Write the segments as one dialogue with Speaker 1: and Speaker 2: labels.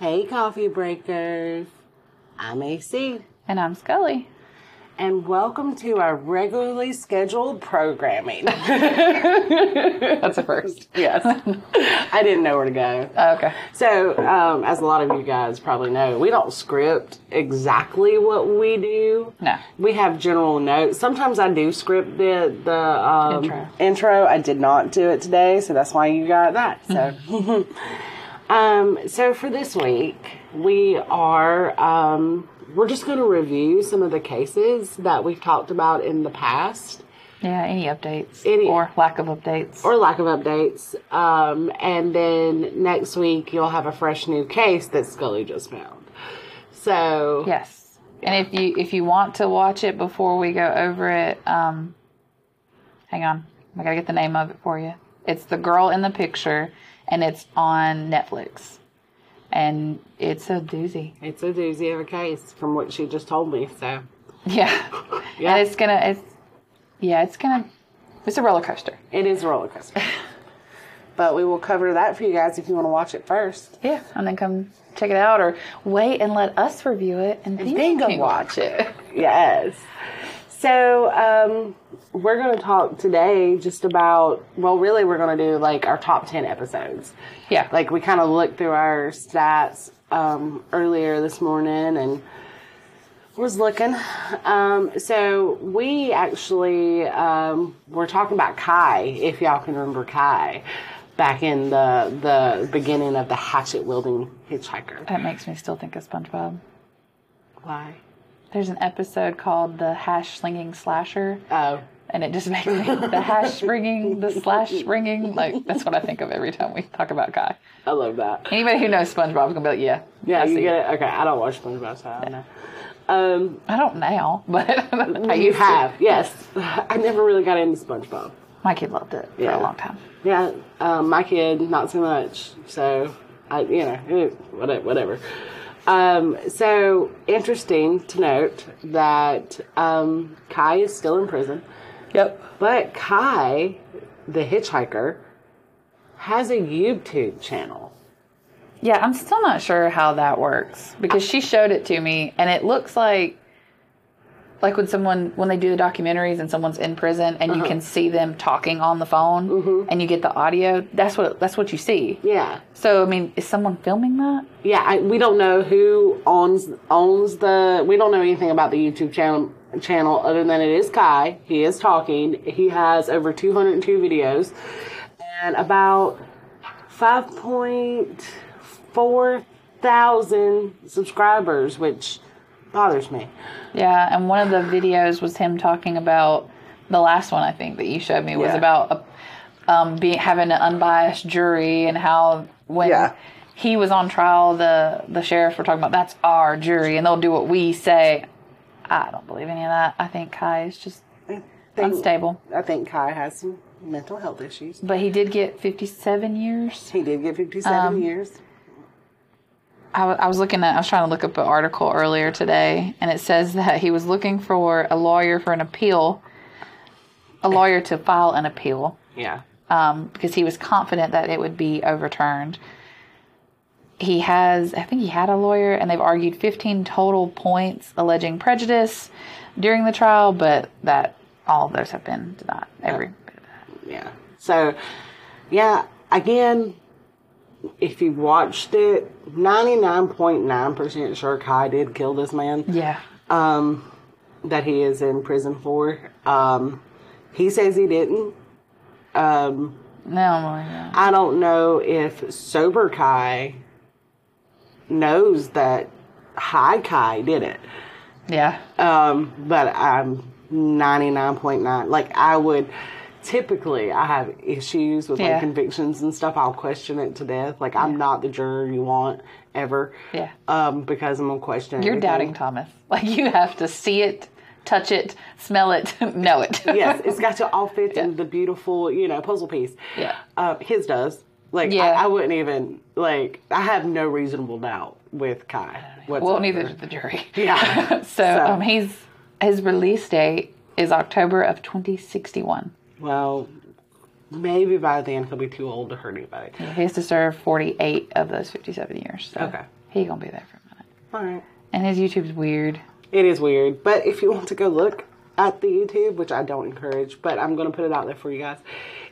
Speaker 1: Hey, coffee breakers. I'm AC,
Speaker 2: And I'm Scully.
Speaker 1: and welcome to our regularly scheduled programming.
Speaker 2: That's a first.
Speaker 1: yes, I didn't know where to go.
Speaker 2: Oh, okay.
Speaker 1: So, um, as a lot of you guys probably know, we don't script exactly what we do.
Speaker 2: No.
Speaker 1: We have general notes. Sometimes I do script the, the um,
Speaker 2: Intro.
Speaker 1: intro. I did not do it today, so that's why you got that. So, um, so for this week, we are um, we're just going to review some of the cases that we've talked about in the past.
Speaker 2: Yeah, any updates
Speaker 1: Any-
Speaker 2: or lack of updates.
Speaker 1: or lack of updates. Um, and then next week you'll have a fresh new case that Scully just found. So
Speaker 2: yes. And if you if you want to watch it before we go over it, um, hang on, I gotta get the name of it for you. It's the girl in the picture, and it's on Netflix, and it's a doozy.
Speaker 1: it's a doozy of a case from what she just told me. So
Speaker 2: Yeah,
Speaker 1: Yeah.
Speaker 2: and it's gonna it's yeah it's gonna it's a roller coaster.
Speaker 1: it is a roller coaster. but we will cover that for you guys if you want to watch it first.
Speaker 2: Yeah, and then come check it out, or wait and let us review it, and, then,
Speaker 1: then
Speaker 2: you
Speaker 1: go
Speaker 2: can
Speaker 1: watch
Speaker 2: watch it.
Speaker 1: Yes. So um, we're going to talk today just about, well, really, we're going to do like our top 10 episodes.
Speaker 2: Yeah,
Speaker 1: like we kind of looked through our stats um, earlier this morning and was looking um, so we actually um, were talking about kai if y'all can remember kai back in the the beginning of the hatchet wielding hitchhiker
Speaker 2: that makes me still think of SpongeBob.
Speaker 1: why
Speaker 2: There's an episode called the hash slinging slasher,
Speaker 1: oh
Speaker 2: and it just makes me the hash ringing, the slash ringing. Like that's what I think of every time we talk about Guy.
Speaker 1: i love that
Speaker 2: Anybody who knows SpongeBob's gonna be like, yeah,
Speaker 1: yeah
Speaker 2: I
Speaker 1: you
Speaker 2: see.
Speaker 1: get it okay i don't watch spongebob so i don't know um,
Speaker 2: I don't now, but I
Speaker 1: you
Speaker 2: used to.
Speaker 1: have yes i never really got into spongebob
Speaker 2: My kid loved it
Speaker 1: Yeah.
Speaker 2: for a long time.
Speaker 1: Yeah, um, my kid, not so much. So, I, you know, it- whatever. whatever. Um, so, interesting to note that um, Kai is still in prison,
Speaker 2: Yep.
Speaker 1: but Kai, the hitchhiker, has a YouTube channel.
Speaker 2: Yeah, I'm still not sure how that works because she showed it to me and it looks like like when someone when they do the documentaries and someone's in prison and you can see them talking on the phone and you get the audio, that's what that's what you see.
Speaker 1: Yeah.
Speaker 2: So I mean, is someone filming that?
Speaker 1: Yeah, I, we don't know who owns owns the. We don't know anything about the YouTube channel channel other than it is Kai. He is talking. He has over 202 videos and about 5.4 thousand subscribers, which bothers me.
Speaker 2: Yeah, and one of the videos was him talking about the last one I think that you showed me was
Speaker 1: Yeah.
Speaker 2: about um, being having an unbiased jury and how when
Speaker 1: Yeah.
Speaker 2: he was on trial, the the sheriffs were talking about that's our jury and they'll do what we say. I don't believe any of that. I think Kai is just unstable,
Speaker 1: I think Kai has some mental health issues.
Speaker 2: but he did get fifty seven years.
Speaker 1: He did get 57 years.
Speaker 2: I, w- I was looking at, I was trying to look up an article earlier today, and it says that he was looking for a lawyer for an appeal, a lawyer to file an appeal,
Speaker 1: Yeah.
Speaker 2: um, because he was confident that it would be overturned. He has, I think he had a lawyer, and they've argued 15 total points alleging prejudice during the trial, but that all of those have been denied. Every bit of that.
Speaker 1: yeah. So, yeah, again, if you watched it, 99.9% sure Kai did kill this man
Speaker 2: Yeah.
Speaker 1: um, that he is in prison for. Um, he says he didn't. Um,
Speaker 2: No, yeah.
Speaker 1: I don't know if sober Kai knows that high Kai did it.
Speaker 2: Yeah.
Speaker 1: Um, but I'm 99.9. Like I would typically I have issues with like
Speaker 2: Yeah.
Speaker 1: convictions and stuff. I'll question it to death. Like I'm not the juror you want ever.
Speaker 2: Yeah.
Speaker 1: Um, because I'm gonna question
Speaker 2: You're
Speaker 1: everything.
Speaker 2: doubting Thomas. Like you have to see it, touch it, smell it, know it.
Speaker 1: yes, it's got to all fit in the beautiful, you know, puzzle piece.
Speaker 2: Yeah.
Speaker 1: Um, his does. Like
Speaker 2: Yeah.
Speaker 1: I, I wouldn't even like I have no reasonable doubt with Kai.
Speaker 2: Well,
Speaker 1: whatsoever.
Speaker 2: neither did the jury.
Speaker 1: Yeah.
Speaker 2: so, um, he's his release date is October of 2061.
Speaker 1: well, maybe by then he'll be too old to hurt anybody.
Speaker 2: He has to serve 48 of those 57 years. So
Speaker 1: Okay.
Speaker 2: He gonna be there for a minute.
Speaker 1: All right.
Speaker 2: And his YouTube's weird.
Speaker 1: It is weird, but if you want to go look at the YouTube, which I don't encourage, but I'm going to put it out there for you guys.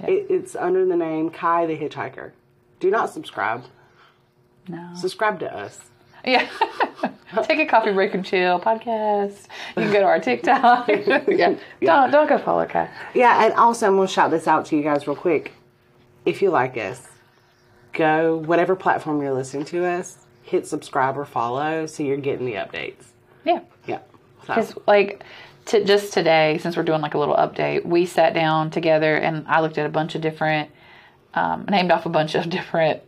Speaker 1: It, it's under the name Kai the Hitchhiker. Do not subscribe.
Speaker 2: No.
Speaker 1: Subscribe to us.
Speaker 2: Yeah. Take a coffee break and chill podcast. You can go to our TikTok. yeah. Don't don't go follow Kai.
Speaker 1: Yeah, and also I'm going to shout this out to you guys real quick. If you like us, go whatever platform you're listening to us, hit subscribe or follow so you're getting the updates.
Speaker 2: Yeah.
Speaker 1: Yeah. So,
Speaker 2: Because like to just today, since we're doing like a little update, we sat down together and I looked at a bunch of different um, named off a bunch of different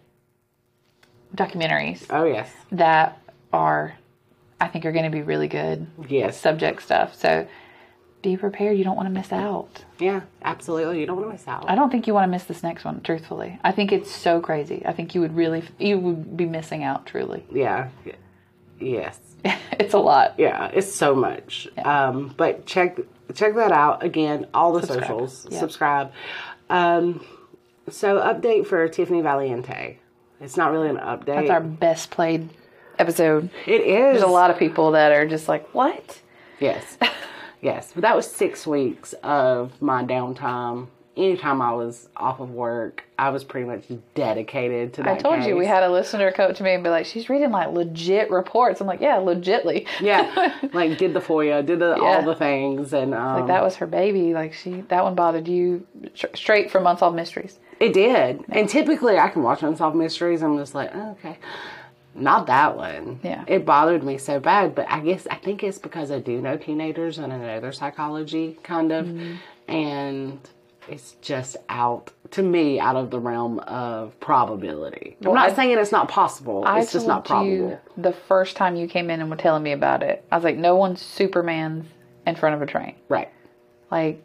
Speaker 2: documentaries
Speaker 1: oh yes,
Speaker 2: that are I think are gonna be really good
Speaker 1: yes,
Speaker 2: subject stuff. So be prepared, you don't wanna miss out.
Speaker 1: yeah, absolutely. You don't want to miss out.
Speaker 2: I don't think you want to miss this next one, truthfully. I think it's so crazy. I think you would really, you would be missing out, truly.
Speaker 1: yeah. Y- Yes.
Speaker 2: It's a lot.
Speaker 1: Yeah, it's so much. Um, but check check that out again. All the socials.
Speaker 2: Yeah.
Speaker 1: Subscribe. Um, so update for Tiffany Valiente. It's not really an update.
Speaker 2: It's our best played episode.
Speaker 1: it is
Speaker 2: There's a lot of people that are just like, what?
Speaker 1: Yes. yes. But that was six weeks of my downtime. Anytime I was off of work, I was pretty much dedicated to that.
Speaker 2: I told you we
Speaker 1: case.
Speaker 2: had a listener coach me and be like, she's reading like legit reports. I'm like, yeah, legitly.
Speaker 1: Yeah. Like did the FOIA, did the,
Speaker 2: Yeah.
Speaker 1: all the things and um,
Speaker 2: Like that was her baby. Like she, that one bothered you tr- straight from Unsolved Mysteries.
Speaker 1: it did. And typically I can watch unsolved mysteries, I'm just like, oh, okay. Not that one.
Speaker 2: Yeah.
Speaker 1: It bothered me so bad, but I guess I think it's because I do know teenagers and I know their psychology kind of
Speaker 2: Mm-hmm.
Speaker 1: and it's just out to me out of the realm of probability. I'm not saying it's not possible. it's just not
Speaker 2: told
Speaker 1: probable.
Speaker 2: the first time you came in and were telling me about it. I was like, no one's Superman's in front of a train.
Speaker 1: Right.
Speaker 2: Like,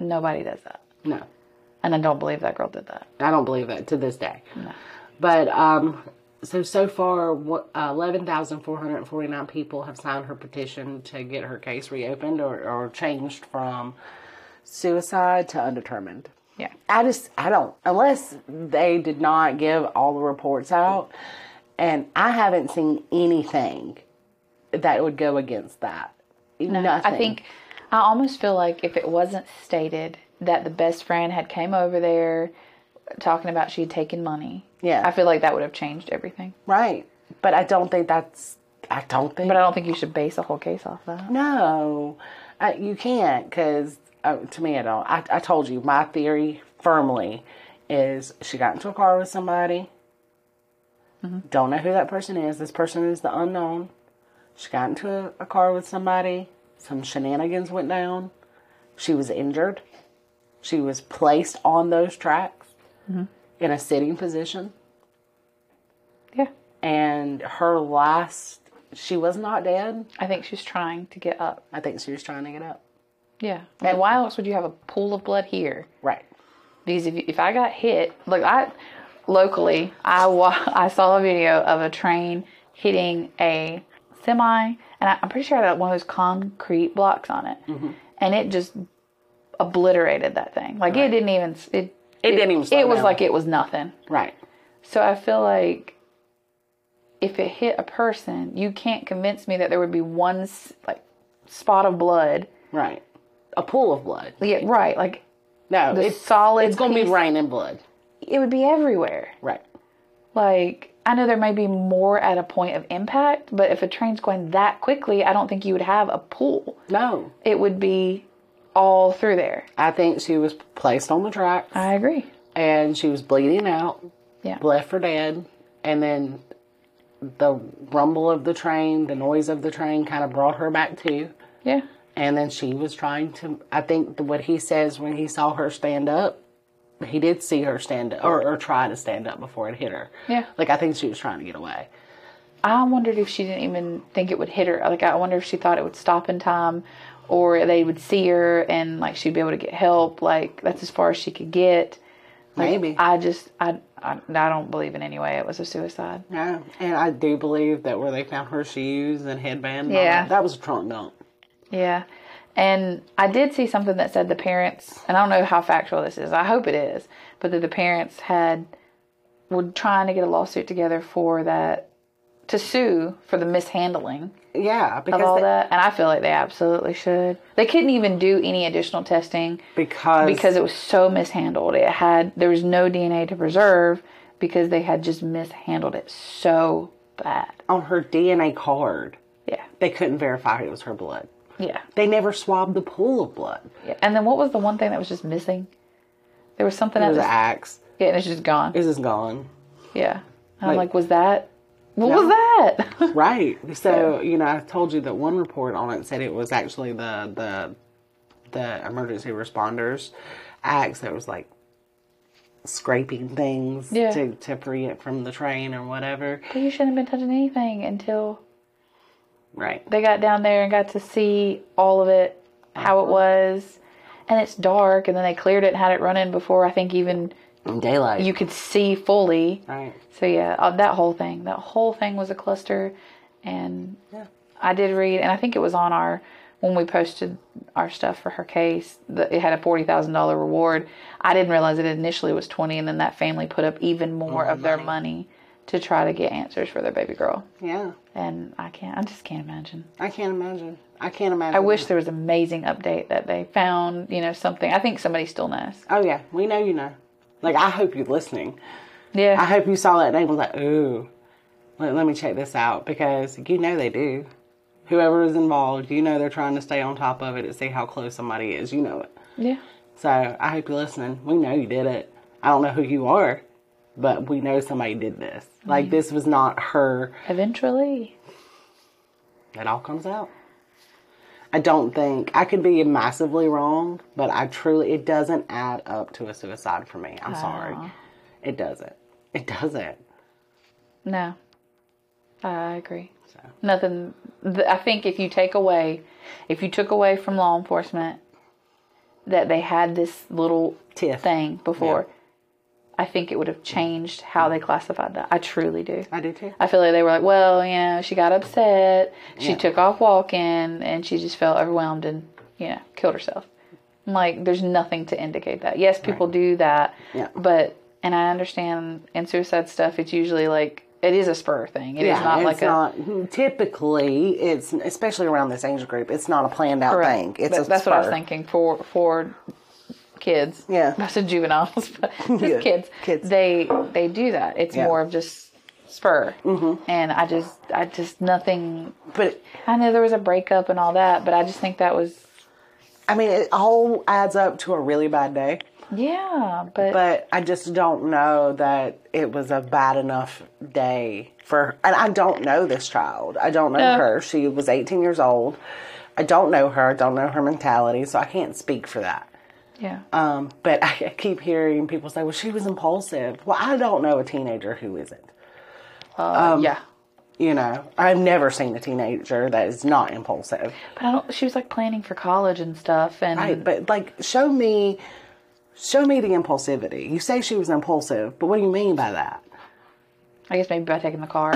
Speaker 2: nobody does that.
Speaker 1: No.
Speaker 2: And I don't believe that girl did that.
Speaker 1: I don't believe it to this day. But um, so so far, what- uh, eleven thousand four hundred forty nine people have signed her petition to get her case reopened or, or changed from suicide to undetermined.
Speaker 2: Yeah.
Speaker 1: I just I don't unless they did not give all the reports out, and I haven't seen anything that would go against that. Nothing.
Speaker 2: I think I almost feel like if it wasn't stated that the best friend had came over there talking about she had taken money.
Speaker 1: Yeah.
Speaker 2: I feel like that would have changed everything.
Speaker 1: right, but I don't think that's. I don't think.
Speaker 2: But I don't think you should base a whole case off that.
Speaker 1: No, uh, you can't because uh, to me, I don't. I, I told you my theory firmly is she got into a car with somebody. Don't know who that person is. This person is the unknown. She got into a, a car with somebody. Some shenanigans went down. She was injured. She was placed on those tracks in a sitting position
Speaker 2: Yeah.
Speaker 1: and her last she was not dead.
Speaker 2: I think she's trying to get up.
Speaker 1: I think she was trying to get up.
Speaker 2: Yeah. And why else would you have a pool of blood here?
Speaker 1: Right.
Speaker 2: Because if, if I got hit, look, I locally I wa- I saw a video of a train hitting a semi, and I, I'm pretty sure it had one of those concrete blocks on it,
Speaker 1: Mm-hmm.
Speaker 2: and it just obliterated that thing. Like it didn't even it it,
Speaker 1: didn't even slow
Speaker 2: it was
Speaker 1: down.
Speaker 2: like it was nothing.
Speaker 1: Right.
Speaker 2: So I feel like if it hit a person, you can't convince me that there would be one s- like spot of blood.
Speaker 1: Right. A pool of blood.
Speaker 2: Yeah, right. Like
Speaker 1: No,
Speaker 2: the
Speaker 1: it's
Speaker 2: solid.
Speaker 1: it's gonna be
Speaker 2: piece-
Speaker 1: rain and blood.
Speaker 2: It would be everywhere.
Speaker 1: Right.
Speaker 2: Like, I know there may be more at a point of impact, but if a train's going that quickly, I don't think you would have a pool.
Speaker 1: No.
Speaker 2: It would be all through there.
Speaker 1: I think she was placed on the track
Speaker 2: I agree.
Speaker 1: and she was bleeding out,
Speaker 2: Yeah.
Speaker 1: left for dead, and then the rumble of the train, the noise of the train kind of brought her back to.
Speaker 2: Yeah.
Speaker 1: And then she was trying to I think the, what he says when he saw her stand up, he did see her stand up or, or try to stand up before it hit her.
Speaker 2: Yeah.
Speaker 1: Like I think she was trying to get away.
Speaker 2: I wondered if she didn't even think it would hit her. Like, I wonder if she thought it would stop in time or they would see her and, like, she'd be able to get help. Like, that's as far as she could get.
Speaker 1: Maybe.
Speaker 2: I just, I, I, I don't believe in any way it was a suicide.
Speaker 1: Yeah, and I do believe that where they found her shoes and headband, and all
Speaker 2: Yeah.
Speaker 1: that, that was a trunk dump.
Speaker 2: Yeah. And I did see something that said the parents, and I don't know how factual this is. I hope it is, but that the parents had were trying to get a lawsuit together for that to sue for the mishandling
Speaker 1: Yeah, because
Speaker 2: of all
Speaker 1: they-
Speaker 2: that, and I feel like they absolutely should. They couldn't even do any additional testing
Speaker 1: because
Speaker 2: because it was so mishandled. It had there was no DNA to preserve because they had just mishandled it so bad.
Speaker 1: on her DNA card
Speaker 2: Yeah,
Speaker 1: they couldn't verify it was her blood.
Speaker 2: yeah,
Speaker 1: They never swabbed the pool of blood.
Speaker 2: yeah. And then what was the one thing that was just missing? There was something that
Speaker 1: It was
Speaker 2: was
Speaker 1: an axe.
Speaker 2: yeah, and it's just gone.
Speaker 1: This is gone.
Speaker 2: Yeah, and I'm
Speaker 1: Like-
Speaker 2: like, was that? What
Speaker 1: No.
Speaker 2: was that?
Speaker 1: Right. So you know, I told you that one report on it said it was actually the the the emergency responders acts that was like scraping things
Speaker 2: Yeah.
Speaker 1: to to free it from the train or whatever.
Speaker 2: But you shouldn't have been touching anything until
Speaker 1: Right.
Speaker 2: they got down there and got to see all of it, how
Speaker 1: Uh-huh.
Speaker 2: it was. And it's dark, and then they cleared it and had it running before I think even
Speaker 1: In daylight.
Speaker 2: you could see fully.
Speaker 1: right.
Speaker 2: So yeah, uh, that whole thing, that whole thing was a cluster, and
Speaker 1: Yeah.
Speaker 2: I did read, and I think it was on our when we posted our stuff for her case. That it had a forty thousand dollar reward. I didn't realize it initially was twenty, and then that family put up even more, of their money to try to get answers for their baby girl.
Speaker 1: Yeah.
Speaker 2: And I can't, I just can't imagine.
Speaker 1: I can't imagine. I can't imagine.
Speaker 2: I wish there was an amazing update that they found, you know, something. I think somebody still knows.
Speaker 1: Oh yeah, we know you know. Like I hope you're listening. I
Speaker 2: Yeah,
Speaker 1: hope you saw that name and was like, ooh, let, let me check this out because you know they do. Whoever is involved, you know they're trying to stay on top of it and see how close somebody is. You know it.
Speaker 2: yeah,
Speaker 1: So I hope you're listening. We know you did it. I don't know who you are, but we know somebody did this.
Speaker 2: Mm-hmm.
Speaker 1: Like this was not her.
Speaker 2: eventually.
Speaker 1: It all comes out. I don't think I could be massively wrong, but I truly it doesn't add up to a suicide for me. I'm sorry. It doesn't. It doesn't.
Speaker 2: No, I agree.
Speaker 1: So.
Speaker 2: Nothing. th- I think if you take away, if you took away from law enforcement that they had this little
Speaker 1: Tiff.
Speaker 2: thing before, I think it would have changed how they classified that. I truly do.
Speaker 1: I do too.
Speaker 2: I feel like they were like, well, you know, she got upset, she took off walking, and she just felt overwhelmed and, you know, killed herself. I'm like, there's nothing to indicate that. Yes, people do that,
Speaker 1: Yeah.
Speaker 2: but, and I understand in suicide stuff, it's usually like, it is a spur thing. It is
Speaker 1: Yeah,
Speaker 2: not
Speaker 1: it's
Speaker 2: like a.
Speaker 1: not typically it's especially around this age group. It's not a planned out
Speaker 2: Correct.
Speaker 1: thing. It's
Speaker 2: That-
Speaker 1: a
Speaker 2: that's what I was
Speaker 1: spur.
Speaker 2: thinking for for kids.
Speaker 1: Yeah.
Speaker 2: I said juveniles, but just
Speaker 1: Yeah.
Speaker 2: kids.
Speaker 1: Kids.
Speaker 2: They they do that. It's
Speaker 1: Yeah.
Speaker 2: more of just spur. Mm-hmm. And I just I just nothing.
Speaker 1: But
Speaker 2: I know there was a breakup and all that, but I just think that was
Speaker 1: I mean, it all adds up to a really bad day.
Speaker 2: yeah. But,
Speaker 1: But I just don't know that it was a bad enough day for. And I don't know this child. I don't know
Speaker 2: No.
Speaker 1: her. She was 18 years old. I don't know her. I don't know her mentality, so I can't speak for that.
Speaker 2: yeah,
Speaker 1: Um, but I keep hearing people say, "Well, she was impulsive." Well, I don't know a teenager who isn't.
Speaker 2: Uh, yeah.
Speaker 1: You know, I've never seen a teenager that is not impulsive.
Speaker 2: But I don't. She was like planning for college and stuff, and
Speaker 1: Right, but like, show me, show me the impulsivity. You say she was impulsive, but what do you mean by that?
Speaker 2: I guess maybe by taking the car,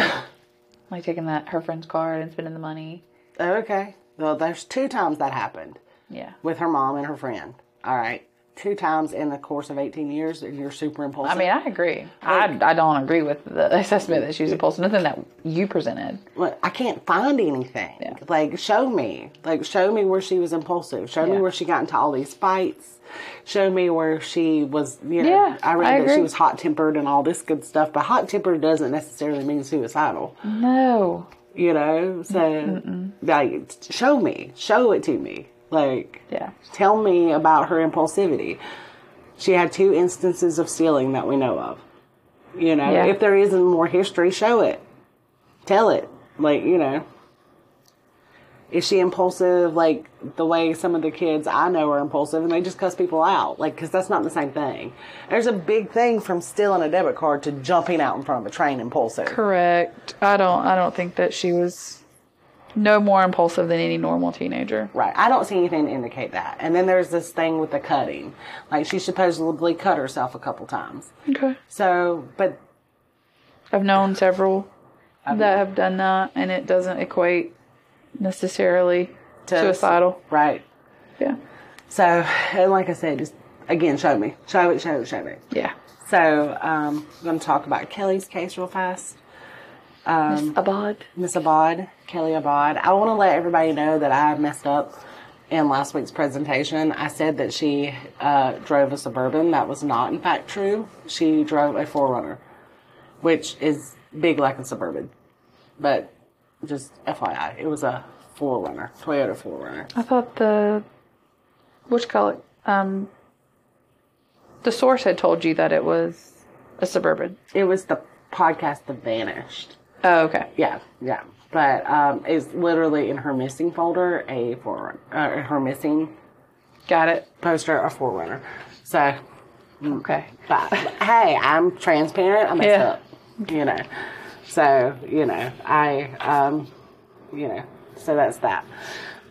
Speaker 2: like taking that her friend's car and spending the money.
Speaker 1: Okay, well, there's two times that happened
Speaker 2: Yeah.
Speaker 1: with her mom and her friend. All right, two times in the course of 18 years, and you're super impulsive.
Speaker 2: I mean, I agree. I, I don't agree with the assessment that she was impulsive. Nothing that you presented.
Speaker 1: Look, I can't find anything. Like, show me. Like, show me where she was impulsive. Show me
Speaker 2: Yeah.
Speaker 1: where she got into all these fights. Show me where she was, you know,
Speaker 2: Yeah,
Speaker 1: I read
Speaker 2: I
Speaker 1: that she
Speaker 2: agree.
Speaker 1: was hot tempered and all this good stuff, but hot tempered doesn't necessarily mean suicidal,
Speaker 2: No.
Speaker 1: you know? So, like, show me. Show it to me. Like,
Speaker 2: Yeah.
Speaker 1: tell me about her impulsivity. She had two instances of stealing that we know of. You know,
Speaker 2: Yeah.
Speaker 1: if there isn't more history, show it. Tell it. Like, you know. Is she impulsive like the way some of the kids I know are impulsive and they just cuss people out? Like, because that's not the same thing. There's a big thing from stealing a debit card to jumping out in front of a train impulsive.
Speaker 2: Correct. I don't. I don't think that she was no more impulsive than any normal teenager.
Speaker 1: Right. I don't see anything to indicate that. And then there's this thing with the cutting. Like, she supposedly cut herself a couple times.
Speaker 2: Okay.
Speaker 1: So, but
Speaker 2: I've known several that have done that, and it doesn't equate necessarily
Speaker 1: To-
Speaker 2: suicidal.
Speaker 1: Right.
Speaker 2: Yeah.
Speaker 1: So, and like I said, just again, show me, show it, show it, show me.
Speaker 2: Yeah.
Speaker 1: So, um, I'm going to talk about Kelly's case real fast.
Speaker 2: Miss Abad.
Speaker 1: Miss Abad, Kelly Abad. I want to let everybody know that I messed up in last week's presentation. I said that she uh, drove a Suburban. That was not, in fact, true. She drove a Forerunner, which is big like a Suburban. But just FYI, it was a Forerunner, Toyota Forerunner.
Speaker 2: I thought the what you call it? Um, the source had told you that it was a suburban.
Speaker 1: It was the podcast that vanished.
Speaker 2: Oh, okay.
Speaker 1: Yeah, yeah. But um, it's literally in her missing folder a forerunner, uh, her missing
Speaker 2: Got it.
Speaker 1: poster a forerunner. So,
Speaker 2: Okay.
Speaker 1: but, hey, I'm transparent. I messed
Speaker 2: Yeah.
Speaker 1: up, you know. So you know, I um, you know, so that's that.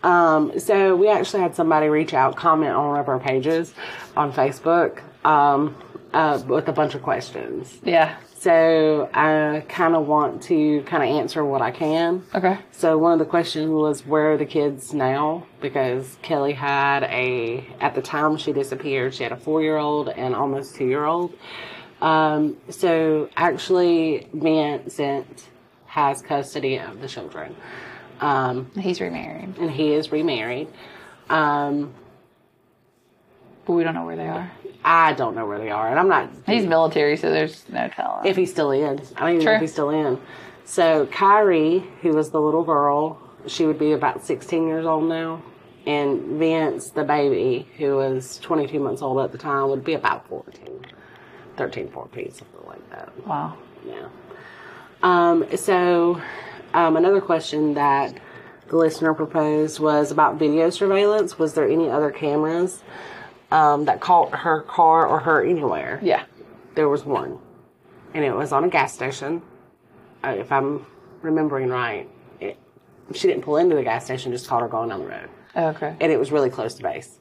Speaker 1: Um, so we actually had somebody reach out, comment on one of our pages on Facebook um, uh, with a bunch of questions.
Speaker 2: Yeah.
Speaker 1: So I kind of want to kind of answer what I can.
Speaker 2: Okay.
Speaker 1: So one of the questions was, where are the kids now? Because Kelly had a, at the time she disappeared, she had a four-year-old and almost two-year-old. Um, so actually, Vincent has custody of the children, um,
Speaker 2: He's remarried,
Speaker 1: and he is remarried. Um,
Speaker 2: but we don't know where they are.
Speaker 1: I don't know where they are, and I'm not
Speaker 2: He's military, so there's no telling.
Speaker 1: if he's still in. I don't even know
Speaker 2: Sure.
Speaker 1: if he's still in. So Kyrie, who was the little girl, she would be about 16 years old now, and Vince, the baby, who was 22 months old at the time, would be about 14, 13, 14, something like that.
Speaker 2: wow.
Speaker 1: Yeah. Um, so, um, another question that the listener proposed was about video surveillance. Was there any other cameras um, that caught her car or her anywhere?
Speaker 2: Yeah.
Speaker 1: there was one, and it was on a gas station. Uh, If I'm remembering right, it, she didn't pull into the gas station; just caught her going down the road,
Speaker 2: Okay.
Speaker 1: and it was really close to base.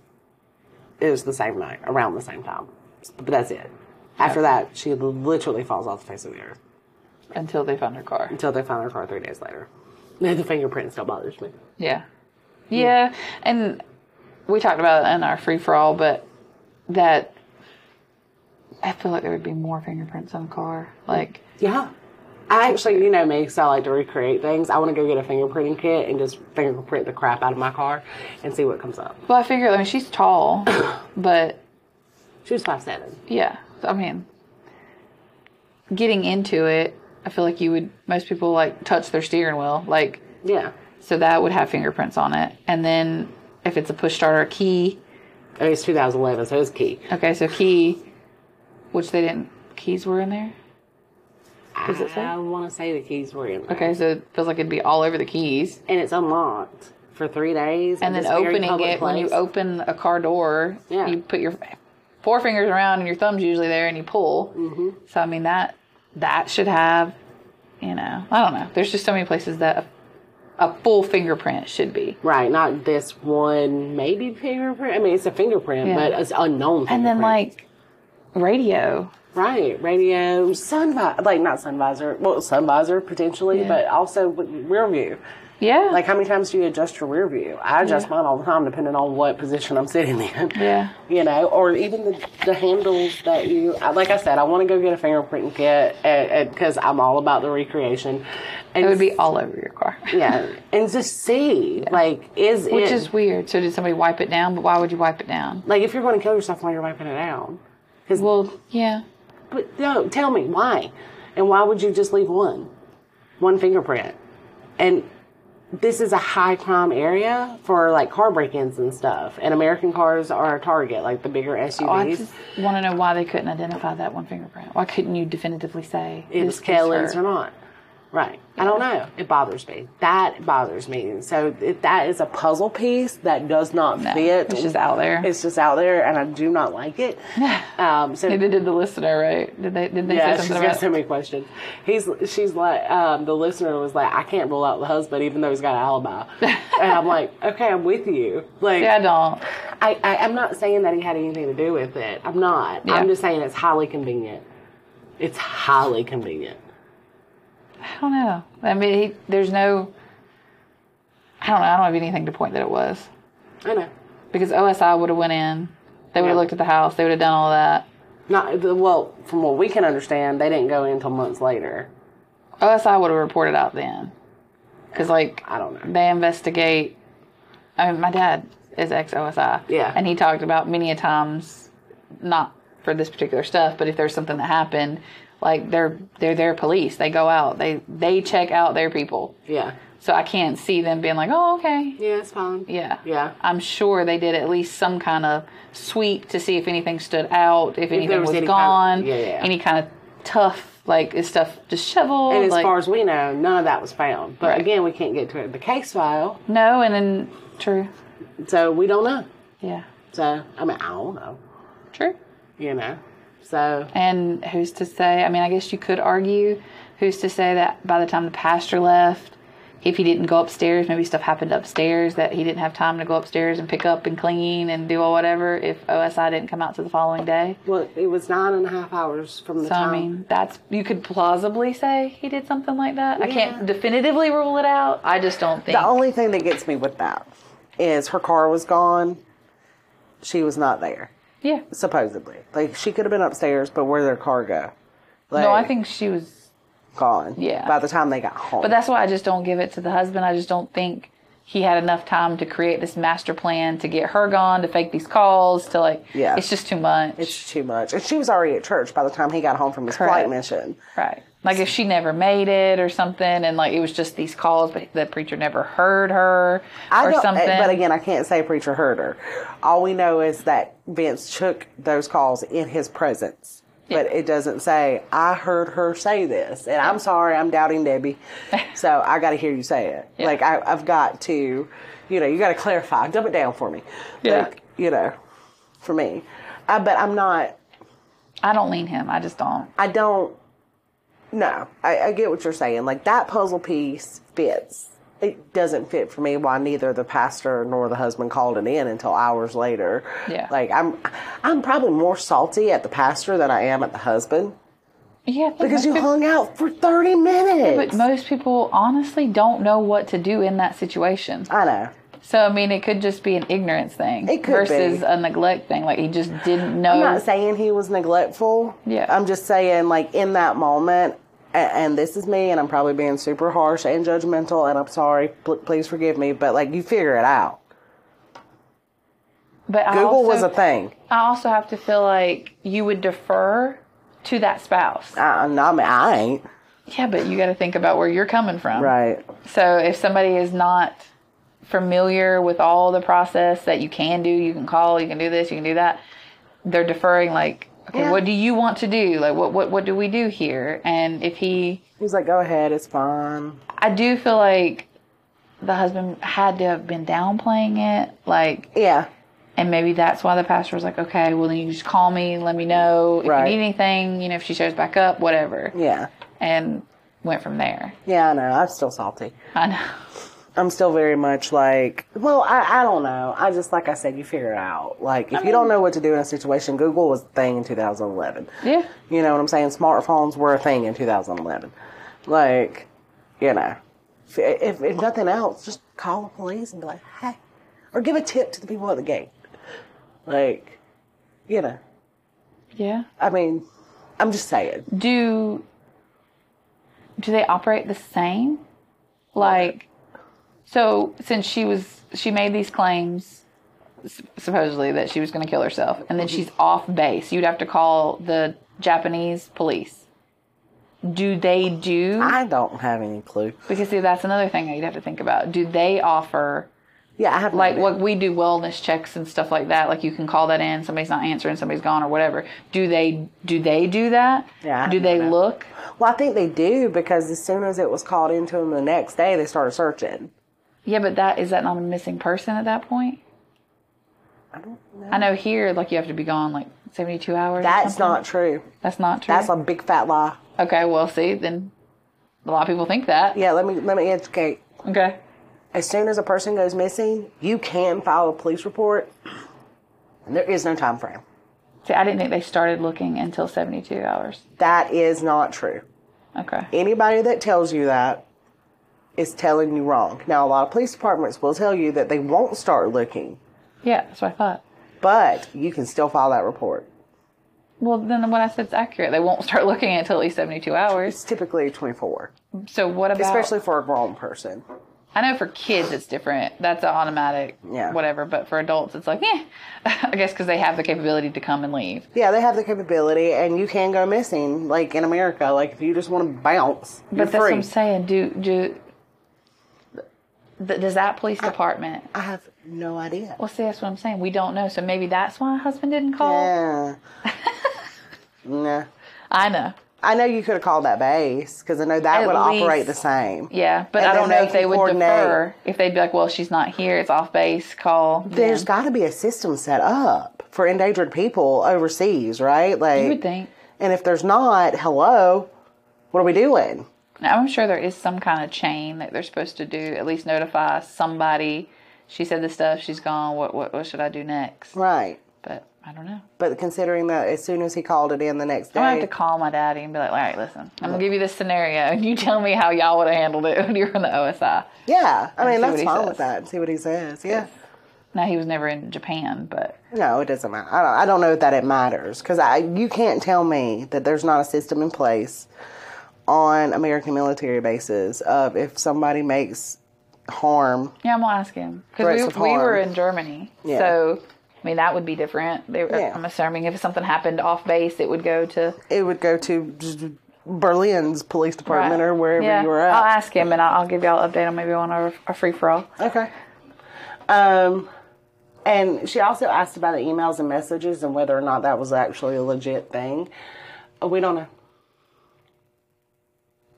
Speaker 1: It was the same night, around the same time, but that's it. After that, she literally falls off the face of the earth
Speaker 2: Until they found her car.
Speaker 1: until they find her car three days later. The fingerprint still bothers me.
Speaker 2: Yeah. Yeah. And we talked about it in our free for all, but that I feel like there would be more fingerprints on a car. Like,
Speaker 1: Yeah. I actually, you know me, so I like to recreate things. I want to go get a fingerprinting kit and just fingerprint the crap out of my car and see what comes up.
Speaker 2: well, I figure, I mean, she's tall, but
Speaker 1: She was five seven.
Speaker 2: yeah. I mean, getting into it, I feel like you would, most people like touch their steering wheel. Like,
Speaker 1: Yeah.
Speaker 2: so that would have fingerprints on it. And then if it's a push start or a key,
Speaker 1: I mean, it's 2011, so it's key.
Speaker 2: okay, so key, which they didn't, keys were in there. Does it say?
Speaker 1: I want to say the keys were in there.
Speaker 2: Okay, so it feels like it'd be all over the keys.
Speaker 1: And it's unlocked for three days.
Speaker 2: And then opening it, when you open a car door,
Speaker 1: Yeah.
Speaker 2: you put your forefingers around and your thumb's usually there and you pull. Mm-hmm. So, I mean, that that should have, you know, I don't know. There's just so many places that a, a full fingerprint should be.
Speaker 1: Right, not this one, maybe fingerprint. I mean, it's a fingerprint,
Speaker 2: Yeah.
Speaker 1: but it's unknown.
Speaker 2: And then,
Speaker 1: fingerprint.
Speaker 2: like, radio.
Speaker 1: right, radio, sun vi- like not sun visor, well, sun visor potentially,
Speaker 2: Yeah.
Speaker 1: but also with rear view.
Speaker 2: Yeah.
Speaker 1: Like, how many times do you adjust your rear view? I adjust mine all the time, depending on what position I'm sitting in.
Speaker 2: Yeah.
Speaker 1: You know, or even the, the handles that you, I- like I said, I want to go get a fingerprint kit because I'm all about the recreation. And
Speaker 2: it would be all over your car.
Speaker 1: yeah, and just see, like, is
Speaker 2: Which
Speaker 1: it
Speaker 2: is weird. So, did somebody wipe it down? But why would you wipe it down?
Speaker 1: like if you're going to kill yourself while you're wiping it down? Because
Speaker 2: Well, yeah.
Speaker 1: But no, tell me why, and why would you just leave one, one fingerprint? And this is a high crime area for like car break-ins and stuff. And American cars are a target, like the bigger
Speaker 2: Oh, I
Speaker 1: SUVs.
Speaker 2: just want to know why they couldn't identify that one fingerprint. Why couldn't you definitively say
Speaker 1: it
Speaker 2: this
Speaker 1: was Kelly's
Speaker 2: her?
Speaker 1: or not? Right. I don't know. It bothers me. That bothers me. So it, that is a puzzle piece that does not
Speaker 2: No,
Speaker 1: fit.
Speaker 2: it's just out there.
Speaker 1: It's just out there, and I do not like it. Um, so
Speaker 2: Neither did the listener, right? Did they? Did they
Speaker 1: Yeah,
Speaker 2: say
Speaker 1: she's
Speaker 2: something about?
Speaker 1: got so many questions. He's she's like um, the listener was like, I can't rule out the husband even though he's got an alibi, and I'm like, okay, I'm with you. Like,
Speaker 2: yeah, I don't.
Speaker 1: I, I I'm not saying that he had anything to do with it. I'm not.
Speaker 2: Yeah.
Speaker 1: I'm just saying it's highly convenient. It's highly convenient.
Speaker 2: I don't know. I mean, he, there's no. I don't know. I don't have anything to point that it was
Speaker 1: I know.
Speaker 2: because OSI would have went in. They would have
Speaker 1: Yeah.
Speaker 2: looked at the house. They would have done all that.
Speaker 1: Not the- well, from what we can understand, they didn't go in until months later.
Speaker 2: OSI would have reported out then. Because, like,
Speaker 3: I don't know.
Speaker 2: they investigate. I mean, my dad is ex OSI.
Speaker 3: Yeah.
Speaker 2: And he talked about many a times, not for this particular stuff, but if there's something that happened, like they're they're their police. They go out. They they check out their people.
Speaker 3: Yeah.
Speaker 2: So I can't see them being like, oh okay,
Speaker 3: Yeah, it's fine.
Speaker 2: yeah,
Speaker 3: Yeah.
Speaker 2: I'm sure they did at least some kind of sweep to see if anything stood out, if anything
Speaker 3: there was
Speaker 2: was,
Speaker 3: any kind of-
Speaker 2: gone,
Speaker 3: yeah, yeah.
Speaker 2: any kind of tough like is stuff disheveled.
Speaker 3: And as
Speaker 2: like,
Speaker 3: far as we know, none of that was found. But
Speaker 2: Right.
Speaker 3: again, we can't get to it. The case file,
Speaker 2: no, and then true,
Speaker 3: so we don't know.
Speaker 2: yeah,
Speaker 3: So I mean, I don't know.
Speaker 2: true.
Speaker 3: You know. So
Speaker 2: And who's to say? I mean, I guess you could argue who's to say that by the time the pastor left, if he didn't go upstairs, maybe stuff happened upstairs that he didn't have time to go upstairs and pick up and clean and do all whatever if OSI didn't come out to the following day.
Speaker 3: well, it was nine and a half hours from the
Speaker 2: So,
Speaker 3: time.
Speaker 2: I mean, that's you could plausibly say he did something like that. I
Speaker 3: Yeah.
Speaker 2: can't definitively rule it out. I just don't think.
Speaker 1: The only thing that gets me with that is her car was gone. She was not there,
Speaker 2: yeah.
Speaker 1: supposedly. Like she could have been upstairs, but where did her car go? Like,
Speaker 2: No, I think she was.
Speaker 1: gone.
Speaker 2: Yeah.
Speaker 1: By the time they got home.
Speaker 2: But that's why I just don't give it to the husband. I just don't think he had enough time to create this master plan to get her gone, to fake these calls, to like.
Speaker 1: Yeah.
Speaker 2: It's just too much.
Speaker 1: It's too much. And she was already at church by the time he got home from his
Speaker 2: Correct.
Speaker 1: flight mission.
Speaker 2: right. Like if she never made it or something, and like it was just these calls, but the preacher never heard her
Speaker 1: I
Speaker 2: or
Speaker 1: don't, eh,
Speaker 2: something.
Speaker 1: But again, I can't say preacher heard her. All we know is that Vince took those calls in his presence. But it doesn't say, I heard her say this. And I'm sorry, I'm doubting Debbie. so I got to hear you say it.
Speaker 2: Yeah.
Speaker 1: Like, I, I've got to, you know, you got to clarify, dumb it down for me.
Speaker 2: Yeah.
Speaker 1: Like, you know, for me. Uh, but I'm not,
Speaker 2: I don't lean him. I just don't.
Speaker 1: I don't. No, I, I get what you're saying. Like that puzzle piece fits. It doesn't fit for me. Why neither the pastor nor the husband called it in until hours later.
Speaker 2: Yeah.
Speaker 1: Like I'm, I'm probably more salty at the pastor than I am at the husband
Speaker 2: Yeah. but
Speaker 1: because you
Speaker 2: most
Speaker 1: hung out for thirty
Speaker 2: But
Speaker 1: minutes.
Speaker 2: most people honestly don't know what to do in that situation.
Speaker 1: I know.
Speaker 2: So I mean, it could just be an ignorance thing
Speaker 1: It could
Speaker 2: versus
Speaker 1: be.
Speaker 2: a neglect thing. Like he just didn't know.
Speaker 1: I'm not saying he was neglectful.
Speaker 2: Yeah.
Speaker 1: I'm just saying, like, in that moment, and, and this is me, and I'm probably being super harsh and judgmental, and I'm sorry. Pl- please forgive me, but, like, you figure it out.
Speaker 2: but I
Speaker 1: Google
Speaker 2: also,
Speaker 1: was a thing.
Speaker 2: I also have to feel like you would defer to that spouse.
Speaker 1: I, I mean, I ain't.
Speaker 2: Yeah, but you got to think about where you're coming from.
Speaker 1: Right.
Speaker 2: So if somebody is not familiar with all the process that you can do, you can call, you can do this, you can do that. They're deferring like, okay,
Speaker 1: Yeah.
Speaker 2: what do you want to do? Like, what what what do we do here? And if he
Speaker 1: He's like, go ahead, it's fine.
Speaker 2: I do feel like the husband had to have been downplaying it, like,
Speaker 1: Yeah.
Speaker 2: and maybe that's why the pastor was like, okay, well then you just call me, let me know if
Speaker 1: Right.
Speaker 2: you need anything, you know, if she shows back up, whatever,
Speaker 1: Yeah.
Speaker 2: and went from there.
Speaker 1: Yeah, I know. I'm still salty.
Speaker 2: I know,
Speaker 1: I'm still very much like, well, I, I don't know. I just, like I said, you figure it out. Like, if you don't know what to do in a situation, Google was a thing in 2011.
Speaker 2: yeah,
Speaker 1: You know what I'm saying? Smartphones were a thing in 2011. Like, you know, if, if, if nothing else, just call the police and be like, hey, or give a tip to the people at the gate. Like, you know,
Speaker 2: yeah.
Speaker 1: I mean, I'm just saying.
Speaker 2: Mm-hmm. Do do they operate the same? Like, so since she was she made these claims s- supposedly that she was going to kill herself, and then she's off base, you'd have to call the Japanese police. Do they do?
Speaker 1: I don't have any clue.
Speaker 2: Because see, that's another thing that you'd have to think about. Do they offer
Speaker 1: Yeah, I have no
Speaker 2: like
Speaker 1: idea.
Speaker 2: what we do wellness checks and stuff like that? Like you can call that in, somebody's not answering, somebody's gone or whatever. Do they do they do that?
Speaker 1: Yeah, I
Speaker 2: Do they
Speaker 1: don't know.
Speaker 2: look?
Speaker 1: Well, I think they do because as soon as it was called into them the next day, they started searching.
Speaker 2: Yeah, but that is that not a missing person at that point?
Speaker 1: I don't know.
Speaker 2: I know here, like you have to be gone like seventy two hours. or
Speaker 1: That's
Speaker 2: something.
Speaker 1: not true.
Speaker 2: That's not true.
Speaker 1: That's a big fat lie.
Speaker 2: okay. Well, see, then a lot of people think that.
Speaker 1: Yeah, let me let me educate.
Speaker 2: Okay.
Speaker 1: as soon as a person goes missing, you can file a police report. And there is no time frame.
Speaker 2: See, I didn't think they started looking until seventy two hours.
Speaker 1: That is not true.
Speaker 2: Okay.
Speaker 1: Anybody that tells you that is telling you wrong. Now, a lot of police departments will tell you that they won't start looking,
Speaker 2: Yeah, that's what I thought.
Speaker 1: but you can still file that report.
Speaker 2: Well, then what I said's accurate. They won't start looking at it until at least 72 hours.
Speaker 1: It's typically 24,
Speaker 2: So what about
Speaker 1: especially for a grown person.
Speaker 2: I know for kids it's different. That's an automatic
Speaker 1: Yeah.
Speaker 2: whatever, but for adults it's like, eh. I guess cuz they have the capability to come and leave.
Speaker 1: Yeah, they have the capability, and you can go missing, like in America. Like if you just want to bounce, you're
Speaker 2: But that's what
Speaker 1: free.
Speaker 2: I'm saying. Do do th- does that police department?
Speaker 1: I have no idea.
Speaker 2: Well, see, that's what I'm saying. We don't know, so maybe that's why husband didn't call.
Speaker 1: Yeah. nah.
Speaker 2: I know.
Speaker 1: I know you could have called that base because I know that
Speaker 2: At
Speaker 1: would
Speaker 2: least-
Speaker 1: operate the same.
Speaker 2: Yeah, but
Speaker 1: And
Speaker 2: I
Speaker 1: then
Speaker 2: don't know
Speaker 1: they
Speaker 2: if they
Speaker 1: can
Speaker 2: would
Speaker 1: coordinate.
Speaker 2: defer if they'd be like, "Well, she's not here. It's off base. Call."
Speaker 1: There's
Speaker 2: them.
Speaker 1: got to be a system set up for endangered people overseas, right? Like,
Speaker 2: you would think.
Speaker 1: and if there's not, hello, what are we doing?
Speaker 2: Now, I'm sure there is some kind of chain that they're supposed to do. At least notify somebody. She said this stuff. She's gone. What what what should I do next?
Speaker 1: Right.
Speaker 2: But I don't know.
Speaker 1: But considering that as soon as he called it in the next
Speaker 2: I'm gonna have
Speaker 1: day,
Speaker 2: to call my daddy and be like, all right, listen, I'm gonna give you this scenario, and you tell me how y'all would have handled it when you were in the OSI.
Speaker 1: yeah, I mean
Speaker 2: see what
Speaker 1: that's
Speaker 2: he
Speaker 1: fine
Speaker 2: says.
Speaker 1: with that. and See what he says. Yeah.
Speaker 2: Now he was never in Japan, but
Speaker 1: No, it doesn't matter. I don't, I don't know that it matters because I you can't tell me that there's not a system in place on American military bases of if somebody makes harm.
Speaker 2: yeah, I'm gonna ask him
Speaker 1: Threats
Speaker 2: because
Speaker 1: of
Speaker 2: we, we were
Speaker 1: harm.
Speaker 2: in Germany,
Speaker 1: Yeah.
Speaker 2: so I mean that would be different. They,
Speaker 1: Yeah.
Speaker 2: I'm assuming if something happened off base, it would go to
Speaker 1: It would go to Berlin's police department
Speaker 2: Right.
Speaker 1: or wherever
Speaker 2: Yeah. Oh,
Speaker 1: you were
Speaker 2: I'll
Speaker 1: at.
Speaker 2: ask him and I'll, I'll give y'all an update on maybe on our, our free for all.
Speaker 1: okay. Um, and she also asked about the emails and messages and whether or not that was actually a legit thing. Uh, We don't know.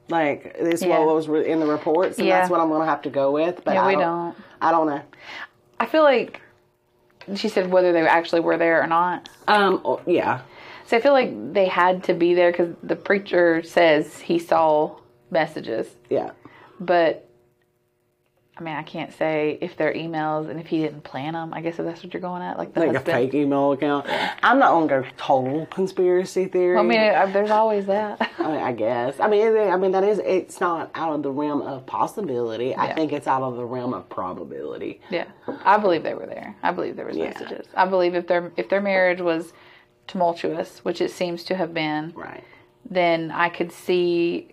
Speaker 1: Like this is
Speaker 2: Yeah.
Speaker 1: what was re- in the reports, and that's
Speaker 2: Yeah.
Speaker 1: what I'm gonna have to go with. But
Speaker 2: Yeah,
Speaker 1: I
Speaker 2: we don't.
Speaker 1: I don't know.
Speaker 2: I feel like she said whether they actually were there or not.
Speaker 1: Um, oh, yeah,
Speaker 2: So I feel like they had to be there because the preacher says he saw messages,
Speaker 1: yeah,
Speaker 2: but I mean I can't say if they're emails and if he didn't plan them. I guess if that's what you're going at, like the
Speaker 1: like a
Speaker 2: husband.
Speaker 1: fake email account. I'm not gonna go total conspiracy theory.
Speaker 2: I mean, uh, there's always that.
Speaker 1: I mean, I guess. I mean, it- I mean that is. It's not out of the realm of possibility. I
Speaker 2: Yeah.
Speaker 1: think it's out of the realm of probability.
Speaker 2: Yeah, I believe they were there. I believe there was messages. I believe if their if their marriage was tumultuous, which it seems to have been,
Speaker 1: Right.
Speaker 2: then I could see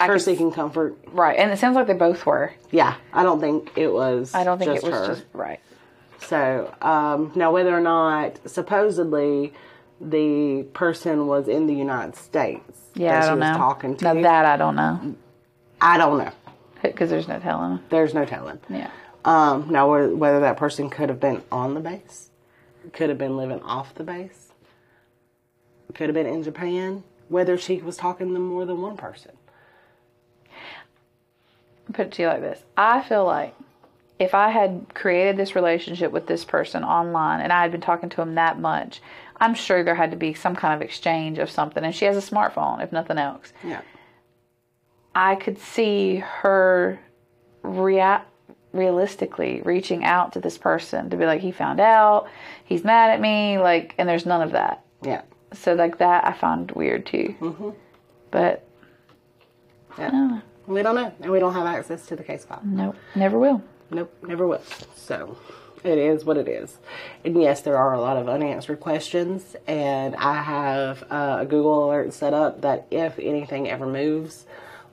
Speaker 1: Her seeking comfort.
Speaker 2: right. And it sounds like they both were.
Speaker 1: Yeah, I don't think it was.
Speaker 2: I don't think
Speaker 1: just
Speaker 2: it was
Speaker 1: her.
Speaker 2: just right.
Speaker 1: So um, now, whether or not supposedly the person was in the United States
Speaker 2: Yeah,
Speaker 1: that
Speaker 2: I don't
Speaker 1: she was
Speaker 2: know.
Speaker 1: talking to,
Speaker 2: now that I don't know
Speaker 1: I don't know.
Speaker 2: because there's no telling.
Speaker 1: There's no telling.
Speaker 2: Yeah,
Speaker 1: Um, now, whe- whether that person could have been on the base, could have been living off the base, could have been in Japan, whether she was talking to more than one person.
Speaker 2: I'll put it to you like this: I feel like if I had created this relationship with this person online and I had been talking to him that much, I'm sure there had to be some kind of exchange of something. And she has a smartphone, if nothing else.
Speaker 1: Yeah.
Speaker 2: I could see her rea- realistically reaching out to this person to be like, he found out, he's mad at me, like, and there's none of that.
Speaker 1: Yeah.
Speaker 2: So, like, that I find weird too. Mm-hmm. But
Speaker 1: yeah. We don't know. And we don't have access to the case file.
Speaker 2: no, never will.
Speaker 1: Nope, never will. So it is what it is. And yes, there are a lot of unanswered questions. And I have uh, a Google alert set up that if anything ever moves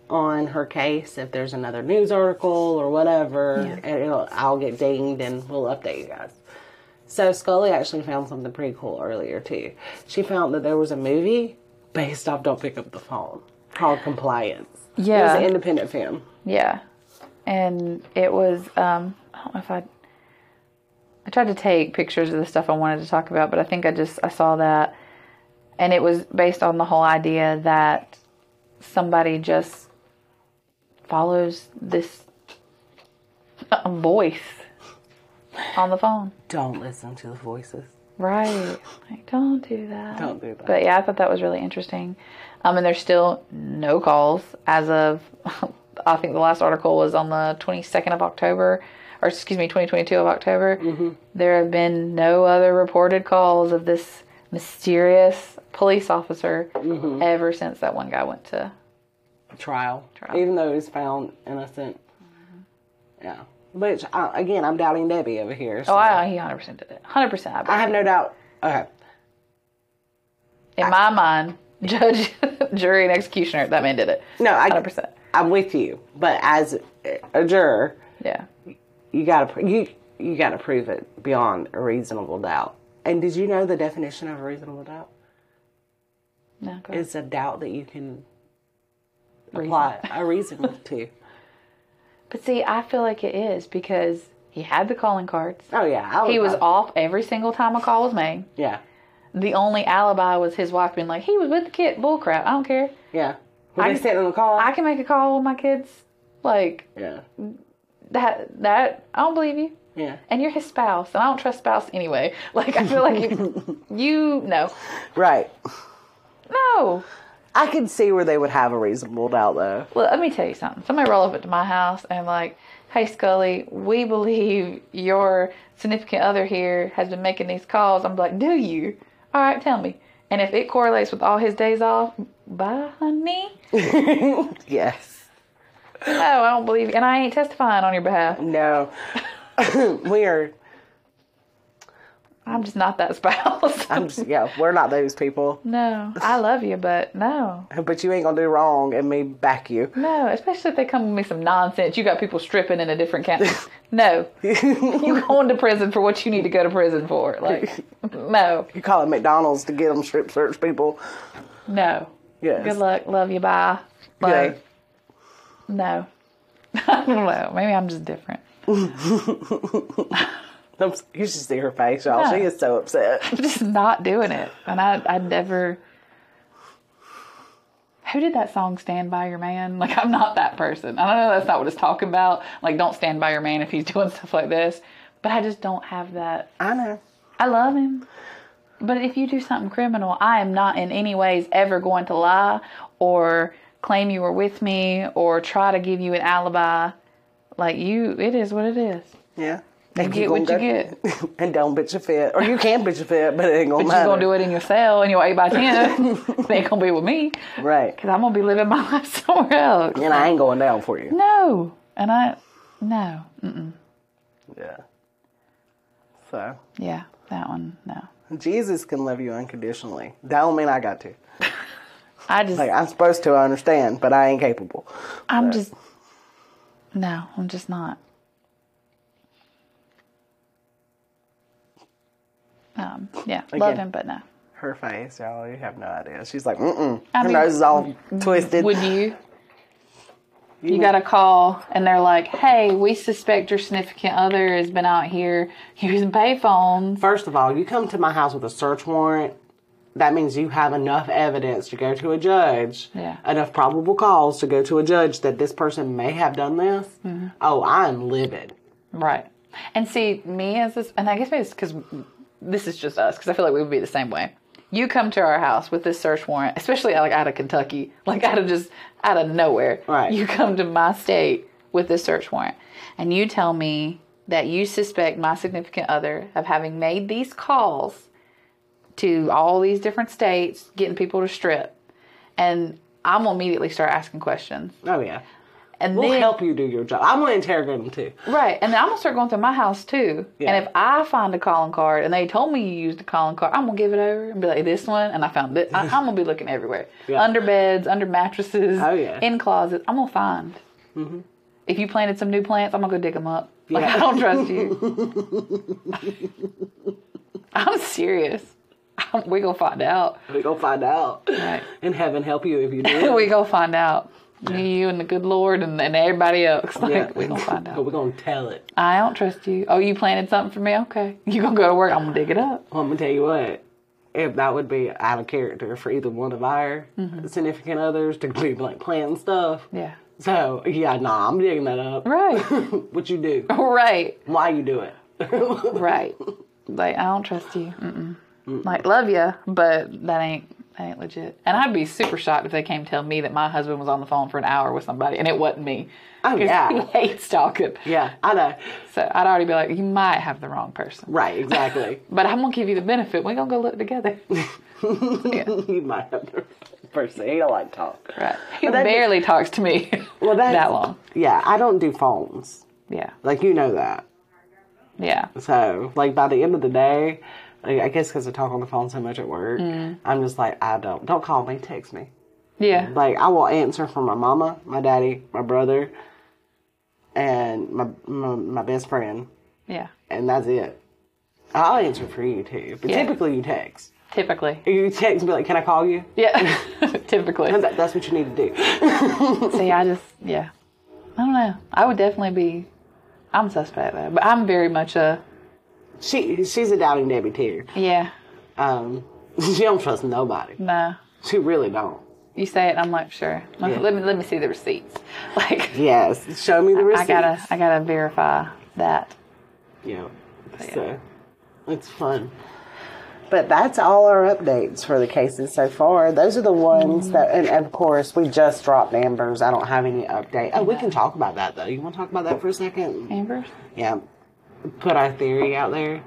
Speaker 1: on her case, if there's another news article or whatever, and it'll, I'll get dinged and we'll update you guys. So Scully actually found something pretty cool earlier too. She found that there was a movie based off Don't Pick Up the Phone called Compliance. It was
Speaker 2: Yeah.
Speaker 1: an independent film.
Speaker 2: Yeah. And it was, um, I don't know if I. I tried to take pictures of the stuff I wanted to talk about, but I think I just I saw that, and it was based on the whole idea that somebody just follows this voice on the phone,
Speaker 1: Don't listen to the voices.
Speaker 2: right? Like, don't do that.
Speaker 1: Don't do that.
Speaker 2: But yeah, I thought that was really interesting. Um, and there's still no calls as of, I think the last article was on the 22nd of October, or excuse me, 2022 of October.
Speaker 4: Mm-hmm.
Speaker 2: There have been no other reported calls of this mysterious police officer
Speaker 4: Mm-hmm.
Speaker 2: ever since that one guy went to.
Speaker 1: trial,
Speaker 2: Trial. Mm-hmm.
Speaker 1: even though he was found innocent. Yeah, which uh, again, I'm doubting Debbie over here. So
Speaker 2: Oh, I, he 100% did it. 100%. I,
Speaker 1: I have no doubt. Okay,
Speaker 2: in my mind, judge, jury, and executioner, that man did it.
Speaker 4: No, I,
Speaker 2: 100%.
Speaker 4: I'm with you, but as a juror,
Speaker 2: Yeah.
Speaker 4: you gotta pr- you you gotta prove it beyond a reasonable doubt. And did you know the definition of a reasonable doubt
Speaker 2: No, go ahead.
Speaker 4: is a doubt that you can apply a reason to?
Speaker 2: But see, I feel like it is because he had the calling cards.
Speaker 4: Oh yeah, I would
Speaker 2: He was
Speaker 4: probably-
Speaker 2: off every single time a call was made.
Speaker 4: yeah
Speaker 2: The only alibi was his wife being like, he was with the kid. Bullcrap. I don't care.
Speaker 4: yeah. Were
Speaker 2: I-
Speaker 4: they sitting on the call?
Speaker 2: I can make a call with my kids. Like,
Speaker 4: yeah
Speaker 2: that, that, I don't believe you.
Speaker 4: yeah.
Speaker 2: And you're his spouse, and I don't trust spouse anyway. Like, I feel like you, you, no.
Speaker 4: Right.
Speaker 2: No.
Speaker 4: I can see where they would have a reasonable doubt though.
Speaker 2: Well, let me tell you something. Somebody roll up at my house and like, hey Scully, we believe your significant other here has been making these calls. I'm like, do you? All right, tell me. And if it correlates with all his days off, bye, honey.
Speaker 4: Yes.
Speaker 2: No, Oh, I don't believe you, and I ain't testifying on your behalf.
Speaker 4: No. Weird.
Speaker 2: I'm just not that spouse.
Speaker 4: I'm just, yeah, we're not those people.
Speaker 2: no, I love you, but no,
Speaker 4: But you ain't gonna do wrong and me back you.
Speaker 2: no. Especially if they come with me some nonsense. You got people stripping in a different county. No, you going to prison for what you need to go to prison for? Like, no.
Speaker 4: You call it McDonald's to get them strip search people.
Speaker 2: No.
Speaker 4: Yes.
Speaker 2: Good luck. Love you. Bye. Like, no. I don't know. Maybe I'm just different.
Speaker 4: I'm s- You should see her face, y'all. She
Speaker 2: No.
Speaker 4: is so upset.
Speaker 2: I'm just not doing it. And I, I never. Who did that song "Stand by Your Man"? Like I'm not that person. I don't know. That's not what it's talking about. Like don't stand by your man if he's doing stuff like this. But I just don't have that.
Speaker 4: I know.
Speaker 2: I love him, but if you do something criminal, I am not in any ways ever going to lie or claim you were with me or try to give you an alibi. Like you, it is what it is.
Speaker 4: Yeah. And
Speaker 2: get what you
Speaker 4: get. And don't bitch a fit. Or you can bitch a fit, but it ain't gonna
Speaker 2: But
Speaker 4: matter.
Speaker 2: you're gonna do it in your cell in your eight by ten. it ain't gonna be with me.
Speaker 4: Right.
Speaker 2: Cause I'm gonna be living my life somewhere else.
Speaker 4: And I ain't going down for you.
Speaker 2: No, and I, no, Mm,
Speaker 4: Yeah. So
Speaker 2: yeah, that one, no.
Speaker 4: Jesus can love you unconditionally. That don't mean I got to.
Speaker 2: I just,
Speaker 4: Like I'm supposed to, I understand, but I ain't capable.
Speaker 2: I'm just, no, I'm just not. Um, yeah, love
Speaker 4: Again.
Speaker 2: him, but no.
Speaker 4: Her face, y'all, you have no idea. She's like, mm mm.
Speaker 2: I
Speaker 4: Her
Speaker 2: mean,
Speaker 4: nose is all twisted.
Speaker 2: Would you? You got a call and they're like, "Hey, we suspect your significant other has been out here using payphones."
Speaker 1: First of all, you come to my house with a search warrant. That means you have enough evidence to go to a judge,
Speaker 2: Yeah.
Speaker 1: enough probable cause to go to a judge that this person may have done this.
Speaker 2: Mm-hmm.
Speaker 1: Oh, I'm livid.
Speaker 2: Right. And see, me as this, and I guess maybe it's because this is just us, because I feel like we would be the same way. You come to our house with this search warrant, especially like out of Kentucky, like out of just out of nowhere.
Speaker 1: Right.
Speaker 2: You come to my state with this search warrant, and you tell me that you suspect my significant other of having made these calls to all these different states, getting people to strip, and I'm gonna immediately start asking questions.
Speaker 1: Oh yeah,
Speaker 2: And
Speaker 1: we'll
Speaker 2: then
Speaker 1: help you do your job. I'm gonna interrogate them too.
Speaker 2: Right, and then I'm gonna start going through my house too.
Speaker 1: Yeah.
Speaker 2: And if I find a calling card and they told me you used a calling card, I'm gonna give it over and be like, "This one," and I found it. I, I'm gonna be looking everywhere,
Speaker 1: Yeah.
Speaker 2: under beds, under mattresses,
Speaker 1: Oh, yeah. Mm-hmm.
Speaker 2: in closets. I'm gonna find. If you planted some new plants, I'm gonna go dig them up. Like
Speaker 1: Yeah.
Speaker 2: I don't trust you. I'm serious. I'm, we gonna find out.
Speaker 1: We gonna find out,
Speaker 2: Right.
Speaker 1: and heaven help you if you do.
Speaker 2: we gonna find out. Me, you, and the good Lord, and, and everybody else. Like
Speaker 1: Yeah.
Speaker 2: we gonna find out.
Speaker 1: But we're gonna tell it.
Speaker 2: I don't trust you. Oh, you planted something for me? Okay. You gonna go to work, I'm gonna dig it up.
Speaker 1: Well, I'm gonna tell you what. If that would be out of character for either one of our significant others to be like planting stuff.
Speaker 2: Mm-hmm. Yeah.
Speaker 1: So yeah, nah, I'm digging that up.
Speaker 2: Right.
Speaker 1: what you do?
Speaker 2: right.
Speaker 1: Why you do it? Oh,
Speaker 2: Right. Like I don't trust you. Mm-mm. Like love you, but that ain't that ain't legit. And I'd be super shocked if they came tell me that my husband was on the phone for an hour with somebody and it wasn't me.
Speaker 1: Oh,
Speaker 2: 'Cause
Speaker 1: yeah.
Speaker 2: He hates talking.
Speaker 1: Yeah, I know.
Speaker 2: So I'd already be like, you might have the wrong person.
Speaker 1: Right, exactly.
Speaker 2: But I'm gonna give you the benefit. We're gonna go look together.
Speaker 1: you might have the person. He don't like talk.
Speaker 2: Right. He
Speaker 1: that'd be-
Speaker 2: barely talks to me
Speaker 1: Well, that's,
Speaker 2: that long.
Speaker 1: Yeah, I don't do phones.
Speaker 2: Yeah.
Speaker 1: Like you know that.
Speaker 2: Yeah.
Speaker 1: So like by the end of the day, I I guess because I talk on the phone so much at work,
Speaker 2: Mm.
Speaker 1: I'm just like, I don't. Don't call me. Text me.
Speaker 2: Yeah.
Speaker 1: Like I will answer for my mama, my daddy, my brother, and my my, my best friend,
Speaker 2: Yeah.
Speaker 1: and that's it. I'll answer for you too, but
Speaker 2: Yeah.
Speaker 1: typically you text.
Speaker 2: Typically.
Speaker 1: You text and be like, "Can I call you?"
Speaker 2: Yeah. Typically.
Speaker 1: And that, that's what you need to do.
Speaker 2: See, I just, yeah. I don't know. I would definitely be, I'm suspect though, but I'm very much a,
Speaker 1: She she's a doubting Debbie too.
Speaker 2: yeah,
Speaker 1: Um, she don't trust nobody.
Speaker 2: no.
Speaker 1: She really don't.
Speaker 2: You say it, I'm like, sure. Let,
Speaker 1: Yeah.
Speaker 2: let me let me see the receipts. Like,
Speaker 1: Yes, show me the
Speaker 2: I
Speaker 1: receipt.
Speaker 2: gotta I gotta verify that.
Speaker 1: Yeah.
Speaker 2: yeah.
Speaker 1: So it's fun. But that's all our updates for the cases so far. Those are the ones that, and of course, we just dropped Amber's. I don't have any update. Oh, we can talk about that though. You want to talk about that for a second?
Speaker 2: Amber?
Speaker 1: Yeah. Put our theory out there.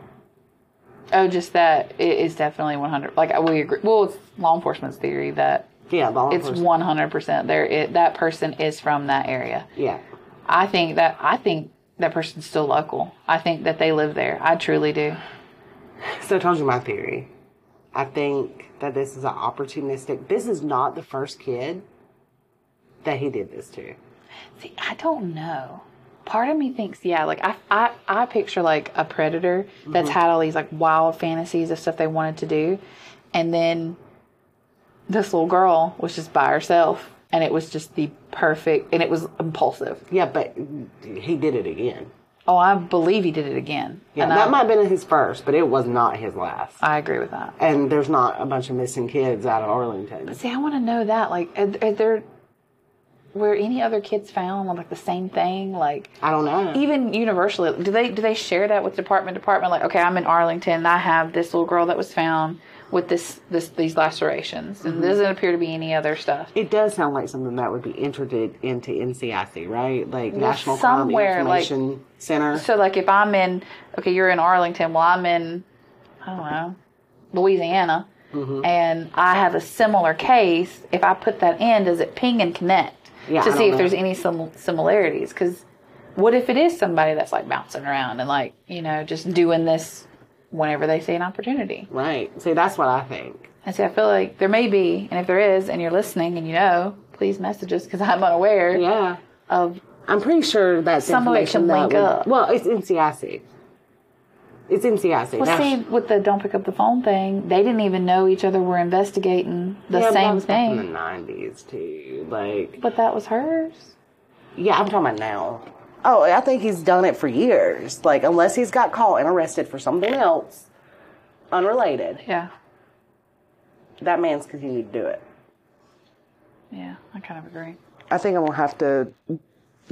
Speaker 2: Oh, just that it is definitely 100. Like we agree. Well, it's law enforcement's theory that
Speaker 1: Yeah, the law
Speaker 2: it's
Speaker 1: enforcement.
Speaker 2: 100 percent there. It, that person is from that area.
Speaker 1: Yeah.
Speaker 2: I think that I think that person's still local. I think that they live there. I truly do.
Speaker 1: So I told you my theory. I think that this is an opportunistic. This is not the first kid that he did this to.
Speaker 2: See, I don't know. Part of me thinks, yeah, like I, I, I picture like a predator that's
Speaker 1: Mm-hmm.
Speaker 2: had all these like wild fantasies of stuff they wanted to do, and then this little girl was just by herself, and it was just the perfect, and it was impulsive.
Speaker 1: Yeah, but he did it again.
Speaker 2: Oh, I believe he did it again.
Speaker 1: Yeah,
Speaker 2: and
Speaker 1: that
Speaker 2: I,
Speaker 1: might have been his first, but it was not his last.
Speaker 2: I agree with that.
Speaker 1: and there's not a bunch of missing kids out of Arlington.
Speaker 2: See, I want to know that. Like, are, are there were any other kids found on like the same thing? Like,
Speaker 1: I don't know.
Speaker 2: even universally do they do they share that with department department like okay i'm in arlington and i have this little girl that was found with this this these lacerations
Speaker 1: Mm-hmm.
Speaker 2: and there doesn't appear to be any other stuff
Speaker 1: It does sound like something that would be entered into NCIC, right? Like National
Speaker 2: somewhere,
Speaker 1: Crime
Speaker 2: like-
Speaker 1: Information Center.
Speaker 2: so like if i'm in okay you're in arlington well i'm in i don't know louisiana
Speaker 1: Mm-hmm.
Speaker 2: and i have a similar case if i put that in does it ping and connect
Speaker 1: Yeah,
Speaker 2: to see
Speaker 1: I
Speaker 2: if
Speaker 1: don't know.
Speaker 2: there's any sim- similarities because what if it is somebody that's like bouncing around and like you know just doing this whenever they see an opportunity
Speaker 1: right. See, that's what I think.
Speaker 2: And see, I feel like there may be, and if there is, and you're listening and you know, please message us because I'm unaware
Speaker 1: Yeah.
Speaker 2: of.
Speaker 1: I'm pretty sure that's
Speaker 2: Some of it
Speaker 1: information
Speaker 2: can
Speaker 1: that
Speaker 2: link
Speaker 1: would-
Speaker 2: up.
Speaker 1: Well, it's NCIC. It's NCIC.
Speaker 2: Well,
Speaker 1: Nash-
Speaker 2: see, with the don't pick up the phone thing, they didn't even know each other were investigating the
Speaker 1: Yeah, but that
Speaker 2: same
Speaker 1: was back in the
Speaker 2: thing.
Speaker 1: nineties too. Like,
Speaker 2: But that was hers.
Speaker 1: yeah, I'm talking about now.
Speaker 4: Oh, I think he's done it for years. Like, unless he's got caught and arrested for something else unrelated,
Speaker 2: Yeah.
Speaker 4: that man's continued to do it.
Speaker 2: Yeah, I kind of agree.
Speaker 4: I think I'm gonna have to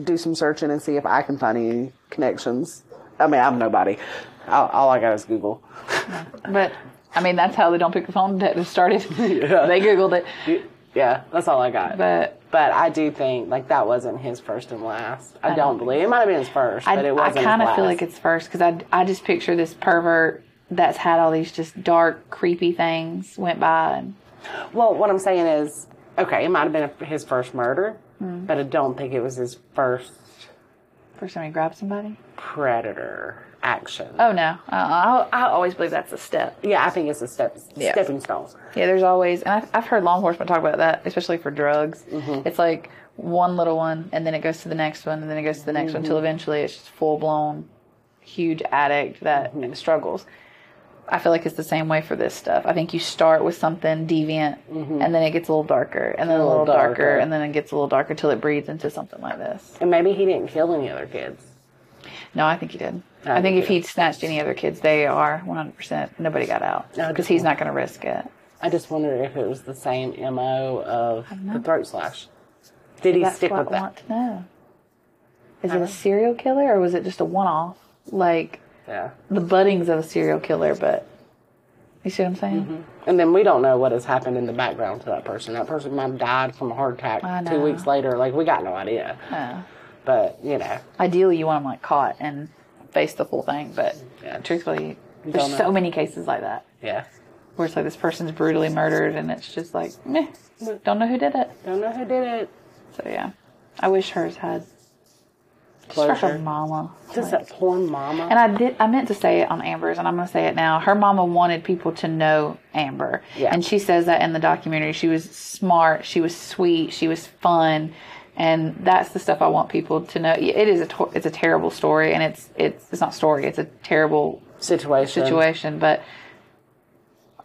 Speaker 4: do some searching and see if I can find any connections. I mean, I'm nobody. All, all I got is Google.
Speaker 2: But I mean, that's how the don't pick the phone detective started. they Googled it.
Speaker 1: Yeah, that's all I got.
Speaker 2: But
Speaker 1: But I do think like that wasn't his first and last. I, don't believe it might have been his first,
Speaker 2: I,
Speaker 1: but it wasn't.
Speaker 2: I
Speaker 1: kind of
Speaker 2: feel like it's first because I, I just picture this pervert that's had all these just dark, creepy things went by. And,
Speaker 1: Well, what I'm saying is, okay, it might have been a, his first murder,
Speaker 2: Mm-hmm.
Speaker 1: but I don't think it was his first
Speaker 2: First time he grabbed somebody?
Speaker 1: predator action.
Speaker 2: Oh no, uh, I, I always believe that's a step.
Speaker 1: Yeah, I think it's a step
Speaker 2: Yeah.
Speaker 1: stepping stone.
Speaker 2: Yeah, there's always, and I've, I've heard law enforcement talk about that, especially for drugs. It's like one little one, and then it goes to the next one, and then it goes to the next one, until eventually it's just full blown, huge addict that struggles. I feel like it's the same way for this stuff. I think you start with something deviant, and then it gets a little darker, and then Mm-hmm. a little, darker,
Speaker 1: darker.
Speaker 2: and then it gets a little darker till it breeds into something like this.
Speaker 1: And maybe he didn't kill any other kids.
Speaker 2: No, I think he did.
Speaker 1: I
Speaker 2: I, think
Speaker 1: think
Speaker 2: if
Speaker 1: he
Speaker 2: he'd snatched any other kids, they are 100%. Nobody got out
Speaker 1: No, I
Speaker 2: because
Speaker 1: just-
Speaker 2: he's not going to risk it.
Speaker 1: I just wonder if it was the same mo of the throat slash. Did he
Speaker 2: That's
Speaker 1: stick
Speaker 2: what
Speaker 1: with
Speaker 2: I
Speaker 1: that?
Speaker 2: want to know. Is it a serial killer or was it just a one off? Like
Speaker 1: Yeah.
Speaker 2: the buddings of a serial killer, but you see what I'm saying?
Speaker 1: And then we don't know what has happened in the background to that person. That person might have died from a heart
Speaker 2: I
Speaker 1: attack two
Speaker 2: know.
Speaker 1: weeks later. Like, we got no idea.
Speaker 2: Yeah.
Speaker 1: But, you know,
Speaker 2: Uh, Ideally, you want them like caught and face the full thing, but
Speaker 1: Yeah.
Speaker 2: truthfully,
Speaker 1: don't
Speaker 2: there's
Speaker 1: know.
Speaker 2: so many cases like that
Speaker 1: yeah.
Speaker 2: where it's like this person's brutally murdered and it's just like, meh, don't know who did it.
Speaker 1: Don't know who did it.
Speaker 2: So yeah, I wish hers had She's like a
Speaker 4: closure.
Speaker 2: mama.
Speaker 1: Just that porn mama.
Speaker 2: And I did. I meant to say it on Amber's, and I'm going to say it now. Her mama wanted people to know Amber,
Speaker 1: Yeah.
Speaker 2: and she says that in the documentary. She was smart. She was sweet. She was fun, and that's the stuff I want people to know. It is a tor- it's a terrible story, and it's it's it's not story. It's a terrible
Speaker 1: situation.
Speaker 2: situation, but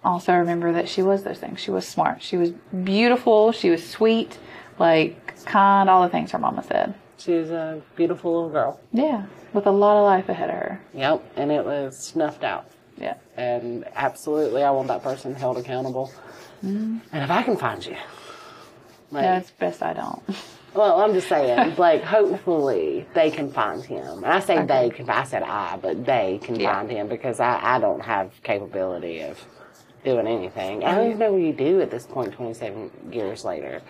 Speaker 2: also remember that she was those things. She was smart. She was beautiful. She was sweet, like kind. All the things her mama said.
Speaker 1: She's a beautiful little girl.
Speaker 2: Yeah, with a lot of life ahead of her.
Speaker 1: Yep. And it was snuffed out.
Speaker 2: Yeah.
Speaker 1: And absolutely, I want that person held accountable. And if I can find you, like,
Speaker 2: No, it's best I don't.
Speaker 1: well, I'm just saying, like, hopefully they can find him. And I say they can, I said I, but they can
Speaker 2: Yeah.
Speaker 1: find him because I, I don't have capability of doing anything. I don't even know what you do at this point, 27 years later.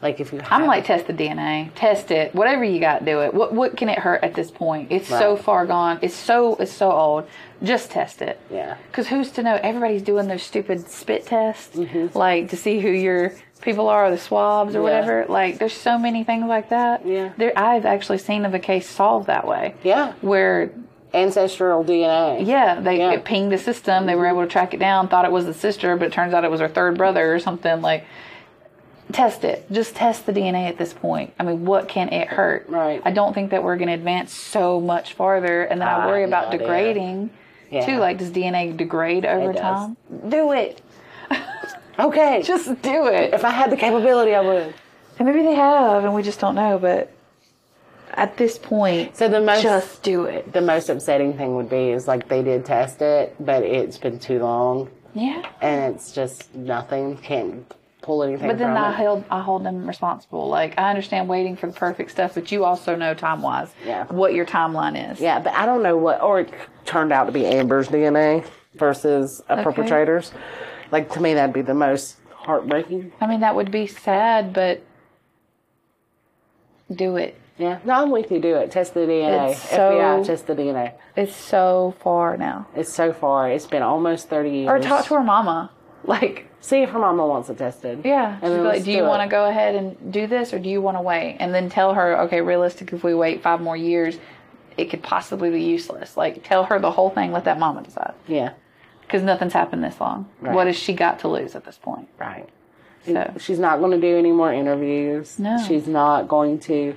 Speaker 1: Like, if you have
Speaker 2: I'm like, test the DNA, test it, whatever you got, do it. What what can it hurt at this point? It's so
Speaker 1: Right.
Speaker 2: far gone. It's so it's so old. Just test it.
Speaker 1: Yeah.
Speaker 2: Because who's to know? Everybody's doing those stupid spit tests, like to see who your people are, or the swabs or
Speaker 1: Mm-hmm. Yeah.
Speaker 2: whatever. Like, there's so many things like that.
Speaker 1: Yeah.
Speaker 2: There, I've actually seen of a case solved that way.
Speaker 1: Yeah.
Speaker 2: Where
Speaker 1: ancestral DNA.
Speaker 2: yeah, they
Speaker 1: Yeah. Mm-hmm.
Speaker 2: it pinged the system. They were able to track it down. Thought it was the sister, but it turns out it was her third brother or something. Like, test it. Just test the DNA at this point. I mean, what can it hurt?
Speaker 1: Right.
Speaker 2: I don't think that we're going to advance so much farther, and then
Speaker 1: I
Speaker 2: I worry
Speaker 1: have
Speaker 2: about
Speaker 1: no idea.
Speaker 2: degrading
Speaker 1: Yeah.
Speaker 2: too. Like, does DNA degrade over
Speaker 1: does.
Speaker 2: time? Do it.
Speaker 1: Okay.
Speaker 2: Just do it.
Speaker 1: if I had the capability, I would.
Speaker 2: And maybe they have, and we just don't know. But at this point,
Speaker 1: So the most
Speaker 2: just do it.
Speaker 1: the most upsetting thing would be is like they did test it, but it's been too long
Speaker 2: Yeah.
Speaker 1: and it's just nothing. Can't pull anything.
Speaker 2: But then
Speaker 1: from
Speaker 2: I
Speaker 1: it.
Speaker 2: held I hold them responsible. Like I understand waiting for the perfect stuff, but you also know time wise
Speaker 1: Yeah.
Speaker 2: what your timeline is.
Speaker 1: Yeah, but I don't know what, or it
Speaker 4: Turned out to be Amber's DNA versus a perpetrator's. Like to me, that'd be the most heartbreaking.
Speaker 2: I mean that would be sad, but do it.
Speaker 1: yeah. No, I'm with you. Do it. Test the DNA.
Speaker 2: It's
Speaker 1: FBI,
Speaker 2: so-
Speaker 1: test the DNA.
Speaker 2: It's so far now.
Speaker 1: It's so far. It's been almost 30 years.
Speaker 2: Or talk to her mama. Like
Speaker 1: See if her mama wants it tested.
Speaker 2: yeah,
Speaker 1: And
Speaker 2: she'd
Speaker 1: then
Speaker 2: be like,
Speaker 1: let's
Speaker 2: do you
Speaker 1: it.
Speaker 2: want to go ahead and do this, or do you want to wait? And then tell her, okay, realistic, if we wait five more years, it could possibly be useless. Like tell her the whole thing. Let that mama decide
Speaker 1: Yeah.
Speaker 2: because nothing's happened this long. What has she got to lose at this point?
Speaker 1: Right.
Speaker 2: So.
Speaker 1: She's not going to do any more interviews.
Speaker 2: No.
Speaker 1: She's not going to.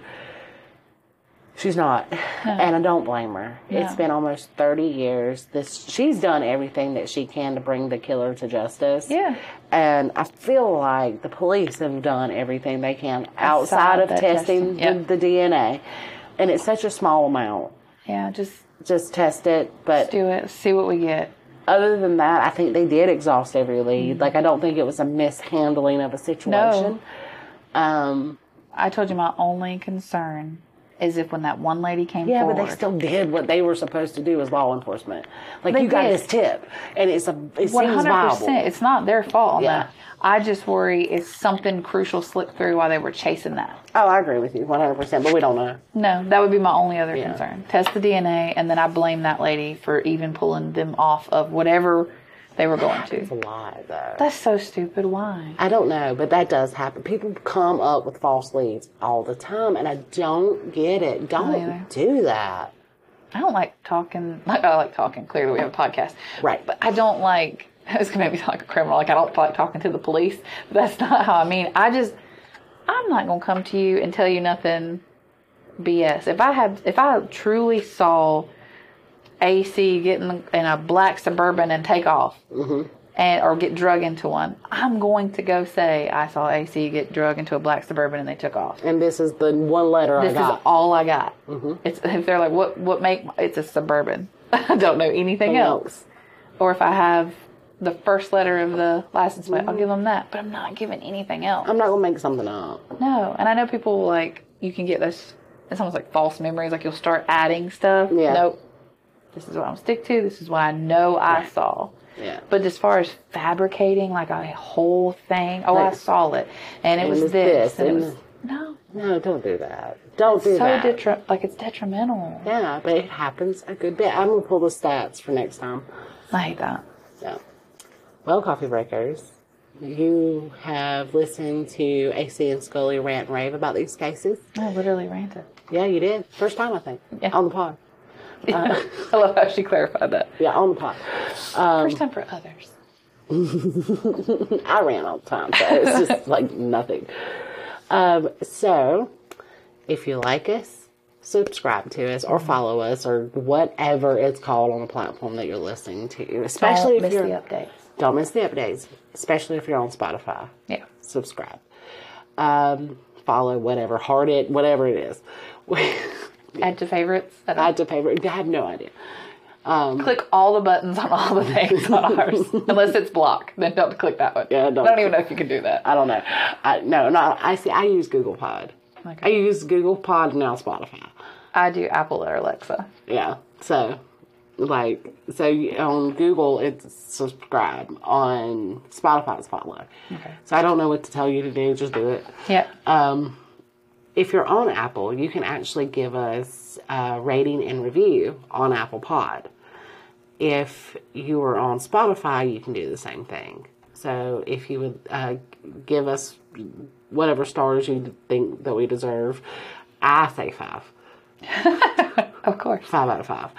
Speaker 1: She's not, and I don't blame her. It's
Speaker 2: No.
Speaker 1: been almost thirty years. This she's done everything that she can to bring the killer to justice.
Speaker 2: Yeah.
Speaker 1: and I feel like the police have done everything they can outside of
Speaker 2: that
Speaker 1: testing,
Speaker 2: testing, yep.
Speaker 1: the, the DNA, and it's such a small amount.
Speaker 2: Yeah, just
Speaker 1: Just test it, but
Speaker 2: do it. See what we get.
Speaker 1: other than that, I think they did exhaust every lead. Like I don't think it was a mishandling of a situation. Um,
Speaker 2: I told you my only concern is if when that one lady came
Speaker 1: yeah,
Speaker 2: forward.
Speaker 1: but they still did what they were supposed to do as law enforcement. Like
Speaker 2: They
Speaker 1: you got
Speaker 2: did.
Speaker 1: this tip, and it's a it
Speaker 2: one
Speaker 1: seems
Speaker 2: hundred percent.
Speaker 1: viable.
Speaker 2: It's not their fault. On
Speaker 1: Yeah.
Speaker 2: that. I just worry if something crucial slipped through while they were chasing that.
Speaker 1: Oh, I agree with you one hundred percent. But we don't know.
Speaker 2: No, that would be my only other concern. Test the DNA, and then I blame that lady for even pulling them off of whatever they were going
Speaker 1: A
Speaker 2: to.
Speaker 1: lot though.
Speaker 2: That's so stupid. Why?
Speaker 1: I don't know, but that does happen. People come up with false leads all the time, and I don't get it.
Speaker 2: either.
Speaker 1: Don't do that.
Speaker 2: I don't like talking. Like I like talking. Clearly, we have a podcast,
Speaker 1: Right.
Speaker 2: But I don't like. It's gonna make me sound like a criminal. Like I don't like talking to the police. But that's not how I mean. I just, I'm not gonna come to you and tell you nothing BS. If I had, if I truly saw AC get in, the, in a black suburban and take off, and or get drug into one, I'm going to go say I saw AC get drug into a black suburban and they took off
Speaker 1: And this is the one letter I Mm-hmm.
Speaker 2: this
Speaker 1: got.
Speaker 2: is all I got. It's if they're like, what what make it's a suburban. I don't know anything else. Or if I have the first letter of the license plate, I'll give them that. But I'm not giving anything else.
Speaker 1: Mm-hmm. I'm not gonna make something up.
Speaker 2: no, and I know people like you can get this. It's almost like false memories. Like you'll start adding stuff.
Speaker 1: Yeah.
Speaker 2: Nope. This is what I'm stick to. This is what I know I saw.
Speaker 1: Yeah.
Speaker 2: But as far as fabricating like a whole thing, oh, I
Speaker 1: Right.
Speaker 2: saw it, and it, was,
Speaker 1: was
Speaker 2: this,
Speaker 1: this,
Speaker 2: and it
Speaker 1: and
Speaker 2: was no.
Speaker 1: No, don't do that. Don't do
Speaker 2: So
Speaker 1: that.
Speaker 2: detri- like it's detrimental.
Speaker 1: Yeah, but it happens a good bit. I'm gonna pull the stats for next time.
Speaker 2: I hate that.
Speaker 1: So, well, coffee breakers, you have listened to AC and Scully rant and rave about these cases.
Speaker 2: I literally ranted.
Speaker 1: Yeah, you did. First time, I think,
Speaker 2: Yeah.
Speaker 1: on the pod.
Speaker 2: I love how she clarified that. Um,
Speaker 1: Yeah, on the pod.
Speaker 2: First time for others.
Speaker 1: I ran all the time, so it's just like nothing. Um, so, if you like us, subscribe to us or follow us or whatever it's called on the platform that you're listening to.
Speaker 2: Don't
Speaker 1: Especially if
Speaker 2: miss
Speaker 1: you're
Speaker 2: the updates.
Speaker 1: don't miss the updates. Especially if you're on Spotify,
Speaker 2: Yeah.
Speaker 1: subscribe, um, follow, whatever, heart it, whatever it is.
Speaker 2: Add to favorites. I don't-
Speaker 1: I had to pay. for it. I have no idea.
Speaker 2: click all the buttons on all the things on ours, unless it's block. Then don't click that one.
Speaker 1: Yeah, don't
Speaker 2: I don't even know if you can do that.
Speaker 1: I don't know. I, no, no. I see. I use Google Pod.
Speaker 2: Okay.
Speaker 1: I use Google Pod now Spotify.
Speaker 2: I do Apple or Alexa.
Speaker 1: Yeah. So, like, so you- on Google, it's subscribe. On Spotify, it's follow.
Speaker 2: Okay.
Speaker 1: So I don't know what to tell you to do. Just do it.
Speaker 2: Yeah.
Speaker 1: If you're on Apple, you can actually give us a rating and review on Apple Pod. If you are on Spotify, you can do the same thing. So if you would uh, give us whatever stars you think that we deserve, I say five.
Speaker 2: of course.
Speaker 1: five out of five.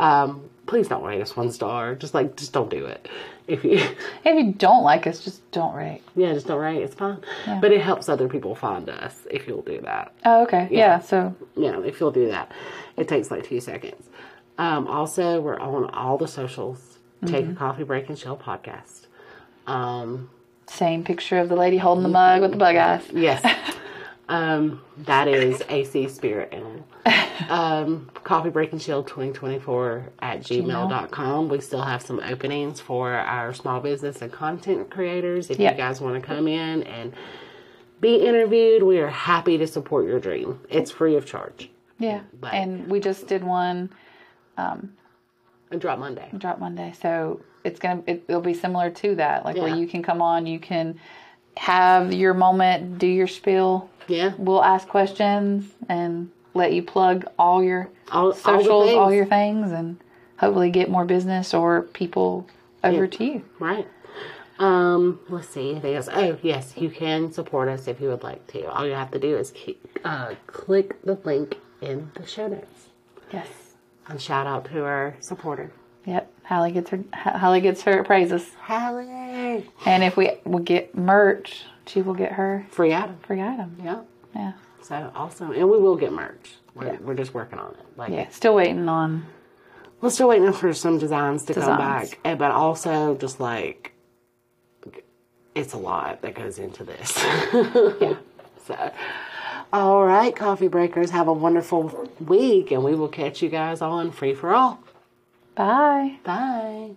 Speaker 1: Um, please don't rate us one star. Just like, just don't do it. If you,
Speaker 2: If you don't like us, just don't rate.
Speaker 1: yeah, just don't rate. It's fine.
Speaker 2: Yeah.
Speaker 1: But it helps other people find us if you'll do that.
Speaker 2: Oh, okay. Yeah. so
Speaker 1: Yeah, if you'll do that, it takes like two seconds. Um, also, we're on all the socials. Take a coffee break and chill podcast. Um,
Speaker 2: same picture of the lady holding the mug with the bug eyes.
Speaker 1: yes, um, that is AC Spirit Animal. Um, coffee break and chill 2024 at gmail.com. We still have some openings for our small business and content creators. If
Speaker 2: Yeah.
Speaker 1: you guys want to come in and be interviewed, we are happy to support your dream. It's free of charge.
Speaker 2: Yeah.
Speaker 1: But-
Speaker 2: And we just did one
Speaker 1: And drop Monday.
Speaker 2: drop Monday, so it's gonna it, it'll be similar to that, like where
Speaker 1: Yeah.
Speaker 2: you can come on, you can have your moment, do your spiel.
Speaker 1: Yeah.
Speaker 2: We'll ask questions and let you plug all your
Speaker 1: all, all the
Speaker 2: socials, all,
Speaker 1: things.
Speaker 2: your things, and hopefully get more business or people over to you.
Speaker 1: right. Um, let's see. Anything else? Oh, yes, you can support us if you would like to. All you have to do is keep, uh, click the link in the show notes.
Speaker 2: Yes.
Speaker 1: And shout out to our supporter,
Speaker 2: Yep. Holly gets her. Ho- Holly gets her praises,
Speaker 1: Hallie.
Speaker 2: and if we will get merch, she will get her
Speaker 1: Free item.
Speaker 2: free item.
Speaker 1: Yeah.
Speaker 2: Yeah.
Speaker 1: So awesome, and we will get merch. We're, we're just working on it. Like
Speaker 2: Yeah. Still waiting on.
Speaker 1: we're still waiting for some designs to come
Speaker 2: Designs.
Speaker 1: back, and, but also just like it's a lot that goes into this.
Speaker 2: Yeah.
Speaker 1: So, all right, coffee breakers, have a wonderful week, and we will catch you guys on Free for All.
Speaker 2: Bye.
Speaker 1: Bye.